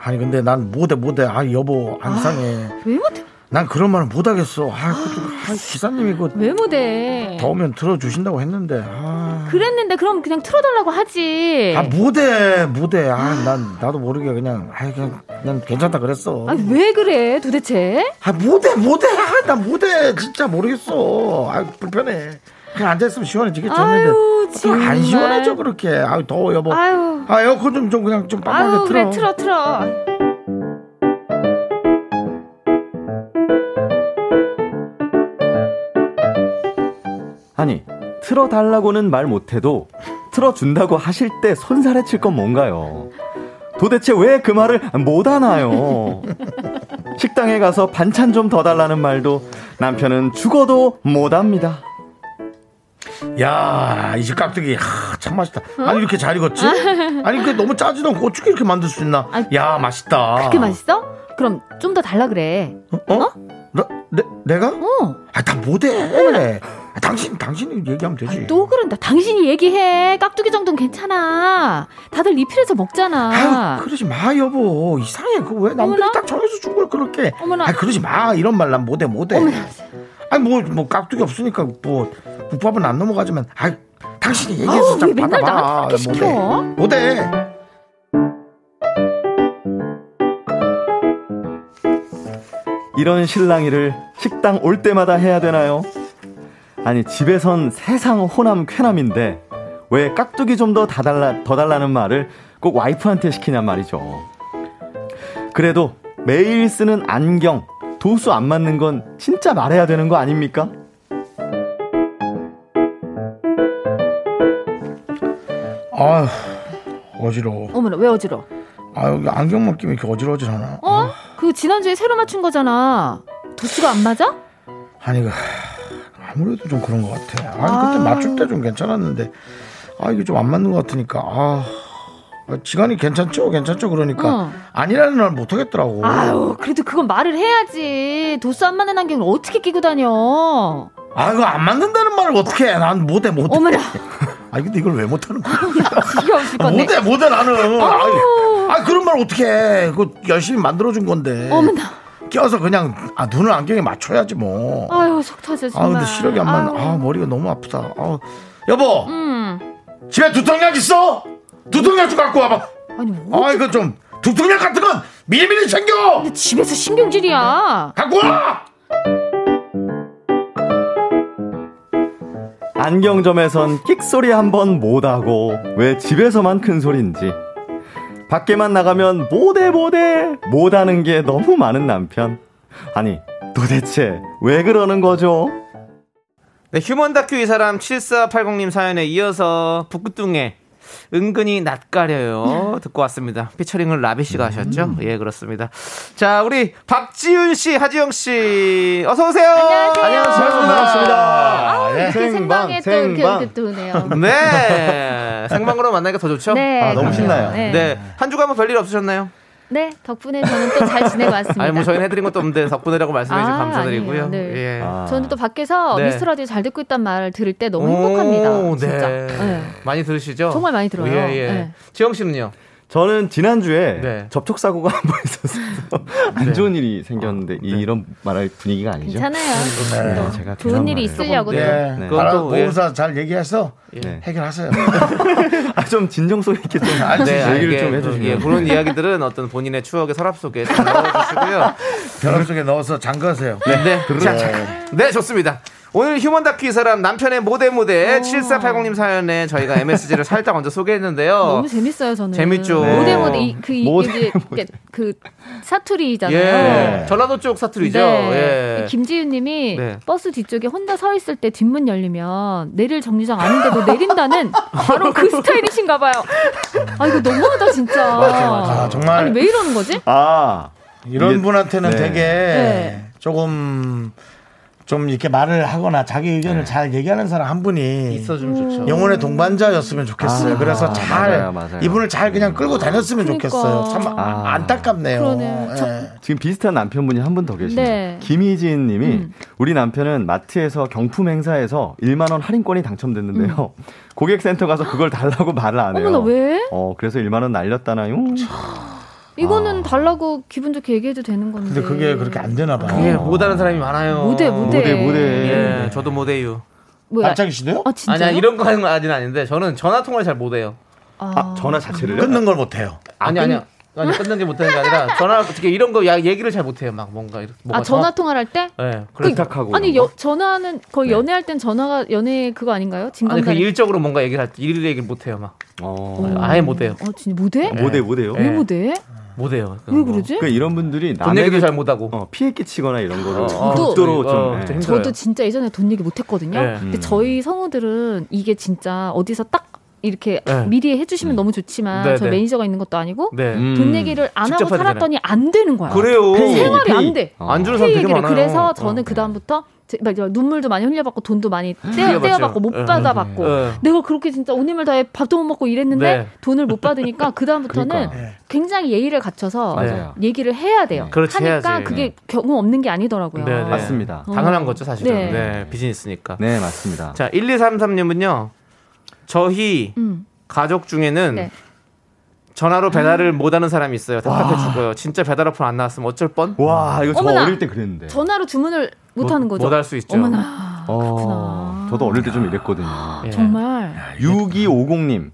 S2: 아니 근데 난 못해 못해. 아 여보 안 상해.
S8: 왜 못해?
S2: 난 그런 말을 못하겠어. 아, 그거 좀, 아, 기사님이 그
S8: 왜 못해?
S2: 더우면 들어주신다고 했는데. 아,
S8: 그랬는데 그럼 그냥 틀어달라고 하지.
S2: 아 못해 못해. 아난 나도 모르게 그냥 아 그냥 난 괜찮다 그랬어.
S8: 아니, 왜 그래 도대체?
S2: 아 못해 못해. 아나 못해 진짜 모르겠어. 아 불편해. 그냥 앉아있으면 시원해지겠지 했는데.
S8: 아유, 정말.
S2: 안 시원해져 그렇게. 아 더워 여보.
S8: 아유.
S2: 아 에어컨 좀, 좀 그냥 좀 빡빡하게
S8: 아유,
S2: 틀어.
S8: 그래, 틀어, 틀어.
S7: 아니 틀어달라고는 말 못해도 틀어준다고 하실 때 손살에 칠 건 뭔가요? 도대체 왜 그 말을 못하나요? 식당에 가서 반찬 좀 더 달라는 말도 남편은 죽어도 못합니다.
S2: 야, 이 집 깍두기 하, 참 맛있다.
S8: 어?
S2: 아니 이렇게 잘 익었지? 아니 그 너무 짜지도 않고 어떻게 이렇게 만들 수 있나?
S8: 아니,
S2: 야, 맛있다.
S8: 그렇게 맛있어? 그럼 좀 더 달라 그래.
S2: 어? 어? 나, 내, 내가?
S8: 어.
S2: 아, 나 못해. 아, 당신, 당신이 얘기하면 되지.
S8: 또 그런다. 당신이 얘기해. 깍두기 정도는 괜찮아. 다들 리필해서 먹잖아.
S2: 아유, 그러지 마, 여보. 이상해. 그 왜 남들이
S8: 어머나.
S2: 딱 정해서 준 걸 그렇게.
S8: 어머나.
S2: 아, 그러지 마. 이런 말 난 못해, 못해.
S8: 어머나.
S2: 아니, 뭐, 뭐, 깍두기 없으니까, 뭐, 국밥은 안 넘어가지만, 아 당신이 얘기해서
S8: 아우,
S2: 좀
S8: 왜 맨날
S2: 받아봐.
S8: 나한테 그렇게
S2: 못해.
S8: 시켜?
S2: 못해.
S7: 이런 실랑이를 식당 올 때마다 해야 되나요? 아니 집에선 세상 호남 쾌남인데 왜 깍두기 좀 더 달라 더 달라는 말을 꼭 와이프한테 시키냔 말이죠. 그래도 매일 쓰는 안경 도수 안 맞는 건 진짜 말해야 되는 거 아닙니까?
S2: 아휴, 어지러워.
S8: 어머나, 왜 어지러워?
S2: 아, 여기 안경만 끼면 이렇게 어지러워질 하나.
S8: 어? 그 지난주에 새로 맞춘 거잖아. 도수가 안 맞아?
S2: 아니, 그, 아무래도 좀 그런 것 같아. 아니, 그때
S8: 아유.
S2: 맞출 때 좀 괜찮았는데, 아, 이게 좀 안 맞는 것 같으니까, 아. 아, 지간이 괜찮죠? 괜찮죠? 그러니까.
S8: 어.
S2: 아니라는 말 못하겠더라고.
S8: 아유, 그래도 그건 말을 해야지. 도수 안 맞는 안경을 어떻게 끼고 다녀?
S2: 아, 이거 안 맞는다는 말을 어떻게 해. 난 못해, 못해.
S8: 어머나.
S2: 아, 근데 이걸 왜 못하는 거야?
S8: 지겨워 죽겠네.
S2: 아, 못해, 못해, 나는. 아,
S8: 그러니까 아우.
S2: 아, 그런 말 어떻게 해. 그거 열심히 만들어준 건데.
S8: 어머나.
S2: 껴서 그냥, 아, 눈을 안경에 맞춰야지, 뭐.
S8: 아유, 속 터져
S2: 아
S8: 정말.
S2: 근데 시력이 안 맞나
S8: 아유.
S2: 아 머리가 너무 아프다 아 여보
S8: 음.
S2: 집에 두통약 있어 두통약 좀 갖고 와봐
S8: 아니, 뭐.
S2: 아 이거 좀 두통약 같은 건 미리미리 챙겨
S8: 근데 집에서 신경질이야.
S2: 갖고 와
S7: 안경점에선 끽소리 한 번 못하고 왜 집에서만 큰 소리인지 밖에만 나가면 뭐대 뭐대 못하는 게 너무 많은 남편 아니 도대체 왜 그러는 거죠?
S3: 네, 휴먼 다큐 이 사람 7480님 사연에 이어서 북구뚱에 은근히 낯가려요 듣고 왔습니다. 피처링을 라비 씨가 하셨죠? 예, 그렇습니다. 자, 우리 박지윤 씨, 하지영 씨, 어서 오세요. 안녕하세요.
S8: 아우,
S3: 예.
S7: 네.
S8: 이렇게 생방에 또 이렇게, 이렇게 또 오네요.
S3: 네, 생방으로 만나니까 더 좋죠?
S8: 네.
S7: 아, 너무
S8: 그러네요.
S7: 신나요.
S8: 네.
S3: 네, 한 주간 뭐 별일 없으셨나요?
S8: 네, 덕분에 저는 또 잘 지내고 왔습니다.
S3: 아니 뭐 저희는 해드린 것도 없는데 덕분에라고 말씀해 주셔서
S8: 아,
S3: 감사드리고요.
S8: 아니에요. 네.
S3: 예.
S7: 아.
S8: 저는 또 밖에서
S3: 네.
S8: 미스터 라디오 잘 듣고 있단 말을 들을 때 너무
S3: 오,
S8: 행복합니다.
S3: 네.
S8: 진짜. 네.
S3: 많이 들으시죠?
S8: 정말 많이 들어요.
S3: 예, 예.
S8: 네.
S3: 지영 씨는요?
S7: 저는 지난주에
S3: 네.
S7: 접촉 사고가 한 번 있었어요. 안 좋은 일이 생겼는데
S3: 아, 네.
S7: 이- 이런 말할 분위기가 아니죠?
S8: 괜찮아요.
S7: 네, 제가
S8: 좋은
S7: 괜한
S8: 일이
S7: 말을-
S8: 있으려고 또.
S2: 예
S7: 네.
S2: 알아,
S3: 그것도, 예.
S2: 보험사 잘 얘기해서
S7: 네.
S2: 해결하세요
S7: 아, 좀 진정성 있게 좀
S3: 아,
S7: 네, 얘기를
S3: 이게
S7: 좀
S3: 그,
S7: 해주시면
S3: 예, 그런 이야기들은 어떤 본인의 추억의 서랍 속에 좀 넣어주시고요.
S2: 벼락 속에 넣어서 잠가세요
S3: 네, 자, 자, 네, 좋습니다. 오늘 휴먼 다큐 이 사람 남편의 모대 모대 7480님 사연에 저희가 MSG를 살짝 먼저 소개했는데요.
S8: 너무 재밌어요 저는.
S3: 재밌죠.
S8: 모대 모대 이- 그 이-
S7: 모대
S8: 이게 그
S3: 예.
S8: 사투리잖아요.
S3: 전라도 쪽 사투리죠.
S8: 네.
S3: 예.
S8: 김지윤님이
S3: 네.
S8: 버스 뒤쪽에 혼자 서 있을 때 뒷문 열리면 내릴 정류장 아닌데도 뭐 내린다는 바로 그 스타일이신가봐요. 아 이거 너무하다 진짜.
S2: 아, 정말
S8: 아니 왜 이러는 거지?
S7: 아,
S2: 이런
S7: 이게-
S2: 분한테는
S7: 네.
S2: 되게
S8: 네.
S2: 조금 좀 이렇게 말을 하거나 자기
S7: 네.
S2: 의견을 잘 얘기하는 사람 한 분이
S3: 있어주면 좋죠.
S8: 음.
S2: 영혼의 동반자였으면 좋겠어요.
S7: 아,
S2: 그래서 잘
S7: 맞아요, 맞아요.
S2: 이분을 잘 그냥 끌고 다녔으면
S8: 그러니까.
S2: 좋겠어요. 참
S7: 아.
S2: 안타깝네요.
S8: 그러네요.
S2: 예.
S7: 지금 비슷한 남편분이 한 분 더 계시네요.
S8: 네. 음.
S7: 김희진 님이 우리 남편은 마트에서 경품 행사에서 1만 원 할인권이 당첨됐는데요. 고객센터 가서 그걸 달라고 말을 안 해요.
S8: 음. 어머나 왜?
S7: 어, 그래서 1만 원 날렸다나요?
S8: 이거는 달라고 기분 좋게 얘기해도 되는 건데.
S2: 근데 그게 그렇게 안 되나 봐요.
S3: 예, 못하는 사람이 많아요.
S8: 모대 모대.
S7: 모대, 네. 모대.
S3: 예, 저도 모대유.
S8: 뭐야?
S2: 갑자기 시도요?
S8: 아 진짜?
S3: 아니, 아니 이런 거 하는 건 아직 아닌데 저는 전화 통화를 잘 못해요.
S7: 아, 전화 자체를요?
S2: 끊는 걸 못해요.
S3: 아니 아니요. 아니 끊는 게 못하는 게 아니라 전화 어떻게 이런 거 야- 얘기를 잘 못해요. 막 뭔가 이렇게
S8: 아 전화 통화를 할 때?
S3: 예.
S7: 네,
S3: 그래서
S7: 부탁하고.
S8: 아니 여, 전화는 거의 연애할 땐 전화가 연애 그거 아닌가요?
S3: 네. 아니 그
S8: 진검다리.
S3: 일적으로 뭔가 얘기를 할 때 일 얘기를 못해요 막
S7: 어.
S3: 아예 못해요
S8: 어 진짜 모대?
S7: 모대 모대요.
S8: 왜 모대?
S3: 못해요 그건
S8: 왜
S3: 뭐.
S8: 그러지?
S7: 그러니까 이런 분들이
S3: 돈 얘기도
S7: 남에게
S3: 잘 못하고
S7: 어, 피해 끼치거나 이런 거를
S8: 저도-
S7: 극도로 좀
S3: 어,
S7: 예.
S3: 좀 힘들어요.
S8: 저도 진짜 예전에 돈 얘기 못했거든요.
S3: 예.
S8: 근데
S7: 음.
S8: 저희 성우들은 이게 진짜 어디서 딱 이렇게
S3: 예.
S8: 미리 해주시면 너무 좋지만
S3: 네,
S8: 저
S3: 네.
S8: 매니저가 있는 것도 아니고
S3: 네
S7: 음.
S8: 돈 얘기를 안 하고
S3: 직접 해야
S8: 살았더니 안 되는 거야.
S3: 그래요
S8: 생활이 안 돼.
S7: 어.
S3: 안 주는 사람
S8: 페이
S3: 되게
S8: 얘기를
S3: 많아요 어,
S8: 그래서 저는 그 다음부터 눈물도 많이 흘려받고 돈도 많이 떼어,
S3: 흘려봤죠.
S8: 떼어받고 못
S3: 예.
S8: 받아봤고
S3: 예.
S8: 내가 그렇게 진짜 온 힘을 다해 밥도 못 먹고 이랬는데
S3: 네.
S8: 돈을 못 받으니까 그 다음부터는
S7: 그러니까.
S2: 예.
S8: 굉장히 예의를 갖춰서
S7: 맞아요.
S8: 얘기를 해야 돼요.
S3: 네. 그렇지,
S8: 하니까
S3: 해야지.
S8: 그게 경우 없는 게 아니더라고요.
S3: 네, 네.
S7: 맞습니다.
S3: 당연한 거죠 사실은
S8: 네.
S3: 네, 비즈니스니까
S7: 네, 맞습니다.
S3: 자 1233님은요 저희
S8: 음.
S3: 가족 중에는
S8: 네. 아.
S3: 전화로 배달을 못하는 사람이 있어요 답답해 죽어요 진짜 배달 어플 안 나왔으면 어쩔 뻔
S7: 와, 이거 저
S8: 어머나.
S7: 어릴 때 그랬는데.
S8: 전화로 주문을 못 하는 거죠.
S3: 못할 수 있죠
S8: 어머나
S7: 어, 저도 어릴 때 좀 이랬거든요.
S3: 예.
S8: 정말
S7: 6250님.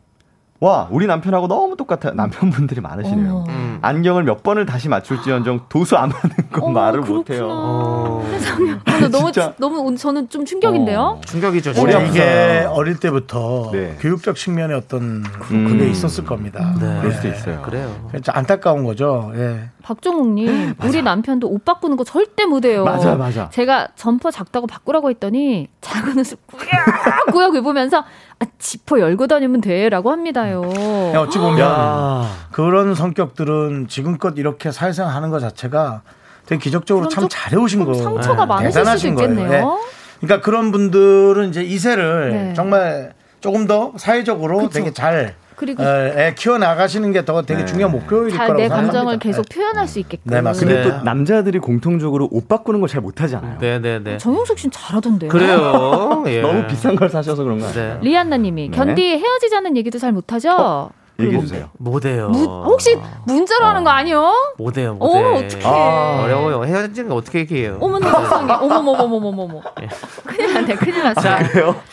S7: 와, 우리 남편하고 너무 똑같아요. 남편분들이 많으시네요.
S8: 어머.
S3: 음.
S7: 안경을 몇 번을 다시 맞출지언정 도수 안 맞는 건
S8: 어머,
S7: 말을 못해요.
S8: 그렇구나.
S3: 어.
S8: 세상에 오늘 너무
S7: 진짜.
S8: 너무 오늘 저는 좀 충격인데요.
S7: 어.
S3: 충격이죠
S2: 근데
S7: 어렵다.
S2: 이게 어릴 때부터
S7: 네.
S2: 교육적 측면의 어떤 그게
S7: 음. 네.
S2: 있었을 겁니다.
S7: 그럴 수도 있어요.
S3: 그래요
S2: 진짜 안타까운 거죠. 예.
S8: 박종욱님
S2: 아,
S8: 우리 남편도 옷 바꾸는 거 절대 못해요.
S7: 맞아, 맞아.
S8: 제가 점퍼 작다고 바꾸라고 했더니 작은 옷을 꾸역꾸역 입으면서 아, 지퍼 열고 다니면 돼라고 합니다요.
S2: 그냥 음. 어찌 보면 그런 성격들은 지금껏 이렇게 사회생활 하는 것 자체가 되게 기적적으로
S8: 그럼
S2: 참
S8: 좀-
S2: 잘해오신
S8: 좀
S2: 거예요.
S8: 상처가
S2: 네.
S8: 많으실 수도
S2: 대단하신 거예요.
S8: 있겠네요.
S2: 예. 그러니까 그런 분들은 이제 이세를
S8: 네.
S2: 정말 조금 더 사회적으로 되게 잘
S8: 그리고
S2: 에, 에, 키워나가시는 게 더 되게
S7: 네.
S2: 중요한 목표일
S8: 잘
S2: 거라고
S8: 내
S2: 어, 생각합니다.
S8: 감정을 계속
S2: 예.
S8: 표현할 수 있게끔.
S2: 네, 맞습니다.
S7: 근데 또 남자들이 공통적으로 옷 바꾸는 걸 잘 못하지 않아요.
S3: 네네네
S8: 정용석 씨는 잘하던데요.
S3: 그래요 예.
S7: 너무 비싼 걸 사셔서 그런 거 아니에요?
S3: 네.
S8: 리안나님이
S7: 네.
S8: 견디 헤어지자는 얘기도 잘 못하죠.
S7: 얘기해 주세요.
S3: 못해요.
S8: 무-
S2: 어.
S8: 혹시 문자로 하는 거 아니요?
S3: 못해요, 못해. 아.
S8: 어머 어떡해.
S3: 어려워요. 헤어진 거 어떻게 얘기해요?
S8: 어머나 세상에. 어머머머머머머머.
S2: 예.
S8: 큰일 났네. 큰일 났어.
S3: 자,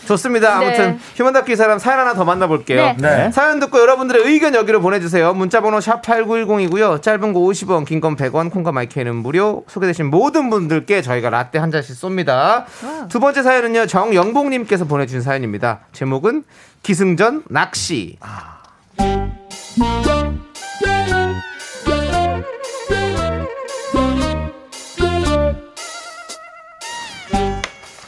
S3: 좋습니다.
S8: 네.
S3: 아무튼 휴먼 다큐 이 사람 사연 하나 더 만나볼게요.
S8: 네.
S2: 네.
S3: 사연 듣고 여러분들의 의견 여기로 보내주세요. 문자번호 샵 #8910이고요. 짧은 거 50원, 긴 건 100원, 콩과 마이크는 무료. 소개되신 모든 분들께 저희가 라떼 한 잔씩 쏩니다. 두 번째 사연은요 정영봉님께서 보내주신 사연입니다. 제목은 기승전 낚시.
S8: 아.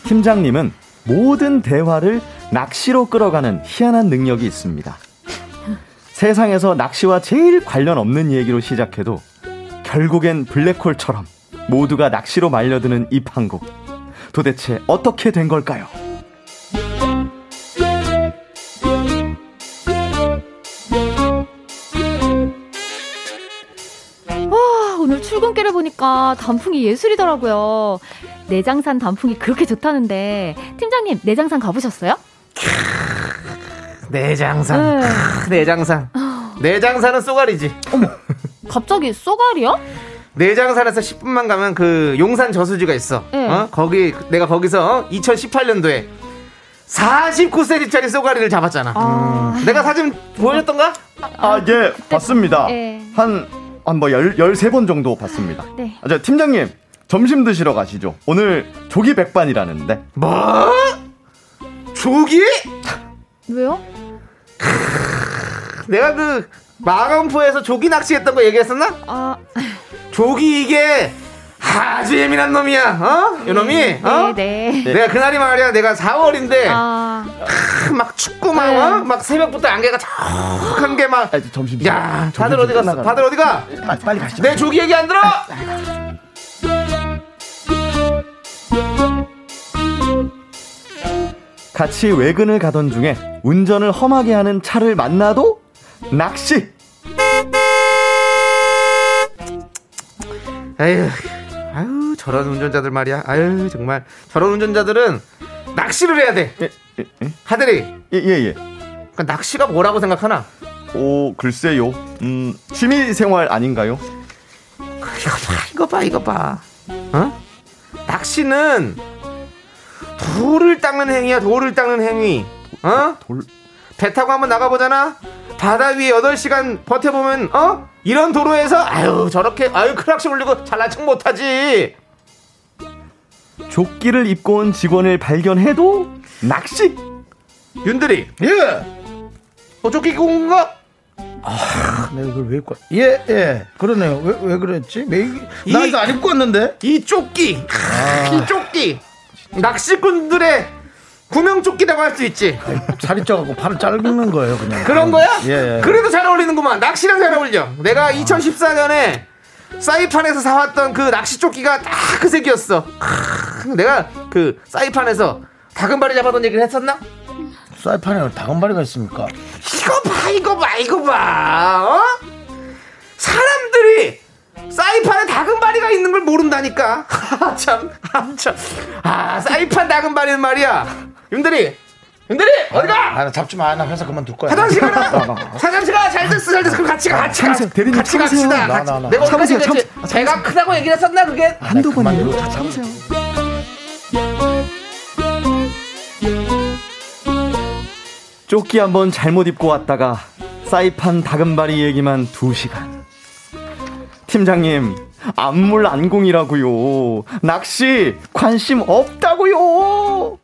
S7: 팀장님은 모든 대화를 낚시로 끌어가는 희한한 능력이 있습니다. 세상에서 낚시와 제일 관련 없는 얘기로 시작해도 결국엔 블랙홀처럼 모두가 낚시로 말려드는 이 판국. 도대체 어떻게 된 걸까요?
S8: 아, 오늘 출근길을 보니까 단풍이 예술이더라고요. 내장산 단풍이 그렇게 좋다는데 팀장님 내장산 가보셨어요?
S3: 내장산,
S8: 네.
S3: 크, 내장산.
S8: 아.
S3: 내장산은 쏘가리지.
S8: 갑자기 쏘가리요?
S3: 네 내장산에서 10분만 가면 그 용산 저수지가 있어.
S8: 예.
S3: 어? 거기 내가 거기서 2018년도에 49cm짜리 쏘가리를 잡았잖아.
S8: 아.
S3: 내가 사진 보여줬던가?
S7: 아, 예, 봤습니다.
S8: 예.
S7: 한, 한뭐 13번 정도 봤습니다.
S8: 네.
S7: 아, 저 팀장님, 점심 드시러 가시죠. 오늘 조기 백반이라는데.
S3: 뭐? 조기?
S8: 왜요?
S3: 내가 그 마감포에서 조기 낚시했던 거 얘기했었나?
S8: 아,
S3: 조기 이게 아주 예민한 놈이야. 어? 이놈이. 어?
S8: 네, 네.
S3: 내가 그날이 말이야. 내가 4월인데
S8: 아,
S3: 막 춥고 막,
S8: 네.
S3: 어? 막 새벽부터 안개가 쫙한 게 막.
S7: 아, 이제 점심. 좀-
S3: 야,
S7: 점심
S3: 다들
S7: 좀
S3: 어디 갔어?
S7: 끝나가네.
S3: 다들 어디 가?
S2: 빨리, 빨리 가시죠.
S3: 내 조기 얘기 안 들어?
S7: 같이 외근을 가던 중에 운전을 험하게 하는 차를 만나도 낚시.
S3: 에휴, 아유 저런 운전자들 말이야. 아유 정말 저런 운전자들은 낚시를 해야 돼.
S7: 예, 예,
S3: 하늘이
S7: 예, 예. 예.
S3: 그러니까 낚시가 뭐라고 생각하나?
S7: 오, 글쎄요. 음, 취미 생활 아닌가요?
S3: 이거 봐, 이거 봐, 이거 봐. 어? 낚시는 돌을 닦는 행위야, 돌을 닦는 행위. 어?
S7: 돌.
S3: 배 타고 한번 나가보잖아? 바다 위에 8시간 버텨보면, 어? 이런 도로에서, 아유, 저렇게, 아유, 크락시 올리고 잘난 척 못하지.
S7: 조끼를 입고 온 직원을 발견해도 낚시.
S3: 윤들이,
S2: 예.
S3: 어, 쫓기고 온 거?
S2: 내가 이걸 왜 입고? 왔- 예, 예. 그러네요. 왜, 왜 그랬지? 매... 나
S3: 이-
S2: 이거 안 입고 왔는데.
S3: 이 쫓기. 크, 이 쫓기. 낚시꾼들의 구명조끼라고 할 수 있지.
S2: 살이 쪄갖고 팔을 자르는 거예요, 그냥.
S3: 그런 거야?
S2: 예, 아. 예.
S3: 그래도 잘 어울리는구만. 낚시랑 잘 어울려. 내가 2014년에 사이판에서 사왔던 그 낚시 조끼가 딱 그 색이었어. 크, 내가 그 사이판에서 다금바리 잡았던 얘기를 했었나?
S2: 사이판에 다금바리가 있습니까?
S3: 이거 봐, 이거 봐, 이거 봐. 어? 사람들이 사이판에 다금바리가 있는 걸 모른다니까. 아, 참, 아, 참. 아, 사이판 다금바리는 말이야. 윤들이, 윤들이, 어디 가?
S2: 아, 나 잡지 마. 나 회사 그만둘 거야.
S3: 화장실 가라. 화장실 가. 잘 됐어, 잘 됐어. 그럼 같이 가, 같이 가.
S7: 참으세요. 대리님,
S3: 같이
S7: 참으세요.
S3: 갑시다.
S2: 나,
S3: 같이.
S2: 나, 나.
S3: 내가 어디까지
S7: 참으세요,
S3: 얘기했지? 배가 크다고 얘기를 했었나 그게?
S7: 한두 번이에요.
S2: 그만둬.
S7: 참으세요. 조끼 한번 잘못 입고 왔다가 사이판 다금바리 얘기만 두 시간. 팀장님, 안물 안공이라고요. 낚시 관심 없다고요.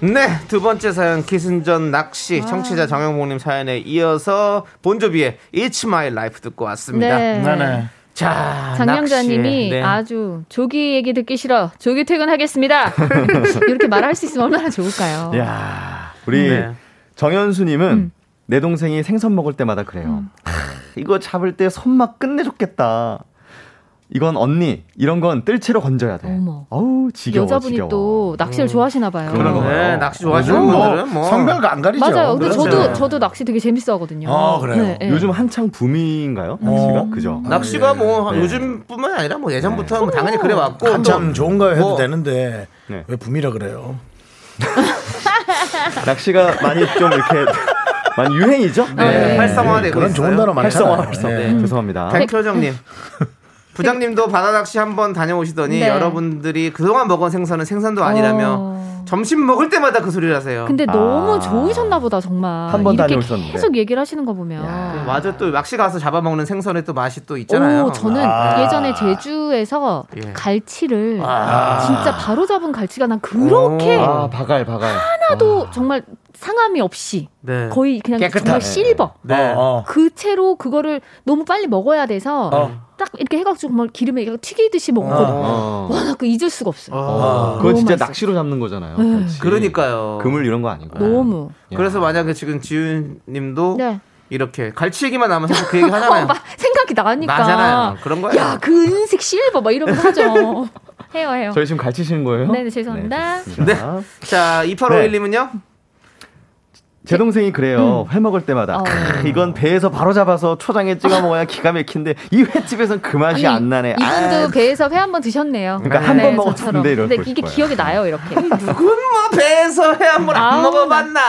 S3: 네, 두 번째 사연 기승전 낚시
S8: 아.
S3: 청취자 정영봉님 사연에 이어서 본조비의 It's My Life 듣고 왔습니다.
S8: 네.
S2: 네네.
S3: 자,
S8: 장량자님이
S3: 낚시. 네.
S8: 아주 조기 얘기 듣기 싫어. 조기 퇴근하겠습니다. 이렇게 말할 수 있으면 얼마나 좋을까요?
S7: 야, 우리
S3: 네.
S7: 정현수님은
S8: 음.
S7: 내 동생이 생선 먹을 때마다 그래요. 크, 이거 잡을 때 손맛 끝내줬겠다. 이건 언니 이런 건 뜰채로 건져야 돼.
S8: 어머.
S7: 어우 지겨워.
S8: 여자분이
S7: 지겨워.
S8: 또
S3: 음.
S8: 낚시를 좋아하시나 봐요.
S7: 그런 거.
S3: 네,
S7: 봐요.
S3: 낚시
S2: 요즘
S3: 좋아하시는
S2: 뭐,
S3: 분들은 뭐
S2: 성별 안 가리죠.
S8: 맞아요. 근데
S3: 그렇죠.
S8: 저도
S3: 네.
S8: 저도 낚시 되게 재밌어 하거든요.
S2: 아, 그래요?
S8: 예.
S7: 요즘 한창 붐인가요?
S8: 어.
S7: 낚시가 그죠.
S3: 낚시가 뭐
S7: 네.
S3: 요즘뿐만 아니라 뭐 예전부터 뭐 당연히 그래 왔고
S2: 한참 좋은 거 해도
S3: 뭐-
S2: 되는데
S7: 네.
S2: 왜 붐이라 그래요?
S7: 낚시가 많이 좀 이렇게 많이 유행이죠.
S8: 아,
S3: 네, 활성화되고
S2: 예, 그런 좋은
S3: 있어요.
S2: 단어 많잖아요.
S7: 활성화 활성화.
S2: 네.
S7: 네, 죄송합니다.
S3: 백효정님. 부장님도 바다 낚시 한번 다녀오시더니
S8: 네.
S3: 여러분들이 그동안 먹은 생선은 생선도 아니라며
S8: 어.
S3: 점심 먹을 때마다 그 소리를 하세요.
S8: 근데
S7: 아.
S8: 너무 좋으셨나 보다 정말.
S7: 한번
S8: 이렇게
S7: 다녀오셨는데.
S8: 계속 얘기를 하시는 거 보면.
S3: 네, 맞아 또 낚시 가서 잡아먹는 생선의 또 맛이 또 있잖아요.
S8: 오, 저는 예전에 제주에서
S3: 예.
S8: 갈치를 진짜 바로 잡은 갈치가 난 그렇게
S3: 오.
S7: 아 바갈 바갈.
S8: 하나도 정말 상함이 없이
S3: 네.
S8: 거의 그냥
S2: 깨끗하네.
S8: 정말 실버.
S3: 네.
S2: 어.
S8: 그 채로 그거를 너무 빨리 먹어야 돼서
S2: 어.
S8: 딱 이렇게 해가지고 정말 기름에 이렇게 튀기듯이 먹거든요.
S7: 어.
S8: 와, 나 그거 잊을 수가 없어요.
S3: 어.
S7: 그거 진짜
S8: 맛있어.
S7: 낚시로 잡는 거잖아요.
S8: 네.
S7: 같이.
S3: 그러니까요.
S7: 그물 이런 거 아니고.
S8: 너무.
S7: 야.
S3: 그래서 만약에 지금 지윤님도
S8: 네.
S3: 이렇게 갈치 얘기만 하면 사실 그 얘기 하잖아요.
S8: 어, 막 생각이 나니까.
S3: 나잖아요. 그런 거예요.
S8: 야, 그 은색 실버 막 이러면서 하죠. 해요, 해요.
S7: 저희 지금 갈치시는 거예요?
S8: 네네, 죄송합니다.
S3: 네.
S7: 좋습니다.
S3: 자, 2851님은요?
S8: 네.
S7: 제 동생이 그래요. 회 먹을 때마다.
S8: 어.
S7: 크, 이건 배에서 바로 잡아서 초장에 찍어 먹어야 기가 막힌데 이 횟집에서는 그 맛이 안 나네.
S8: 이분도
S7: 아,
S8: 배에서 회 한 번 드셨네요.
S7: 그러니까 한번
S8: 네,
S7: 먹었는데
S8: 저처럼.
S7: 이럴
S8: 근데
S7: 걸
S8: 이게
S7: 거예요.
S8: 기억이 나요, 이렇게.
S3: 누군 뭐 배에서 회 한 번 안
S8: 아우,
S3: 먹어봤나?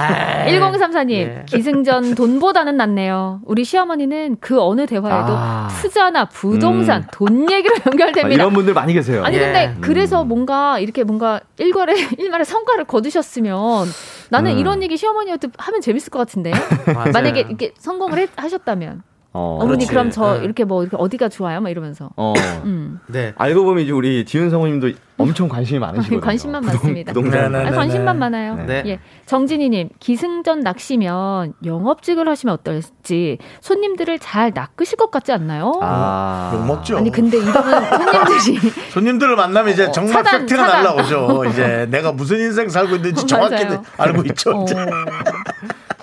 S3: 아,
S8: 1034님,
S3: 예.
S8: 기승전 돈보다는 낫네요. 우리 시어머니는 그 어느 대화에도
S7: 아. 음.
S8: 투자나 부동산, 돈 얘기로
S7: 아,
S8: 연결됩니다.
S7: 이런 음. 분들 많이 계세요.
S8: 아니
S3: 예.
S8: 근데 그래서 뭔가 이렇게 뭔가 일괄에 일말의 성과를 거두셨으면 나는
S7: 음.
S8: 이런 얘기 시어머니한테 하면 재밌을 것 같은데
S3: 맞아요.
S8: 만약에 이렇게 성공을 했- 하셨다면
S7: 어, 어,
S3: 그렇지.
S8: 어머니 그럼저
S3: 응.
S8: 이렇게 뭐 이렇게 어디가 좋아요? 막 이러면서.
S7: 어.
S8: 음.
S3: 네.
S7: 알고 보면 이제 우리 지은 성우님도 엄청 관심이 많으시거든요.
S8: 관심만
S7: 부동-
S8: 많습니다.
S2: 네,
S7: 부동산.
S8: 아, 관심만 많아요.
S3: 네.
S8: 예. 정진희님, 기승전 낚시면 영업직을 하시면 어떨지 손님들을 잘 낚으실 것 같지 않나요?
S7: 아.
S2: 욕 음, 먹죠.
S8: 아니, 근데 이거는 손님들이.
S2: 손님들을 만나면 이제 정말
S8: 어, 차단,
S2: 팩트가
S8: 차단.
S2: 날라오죠. 이제 내가 무슨 인생 살고 있는지
S8: 어,
S2: 정확히
S8: 맞아요.
S2: 알고 있죠.
S8: 어.
S2: 이제.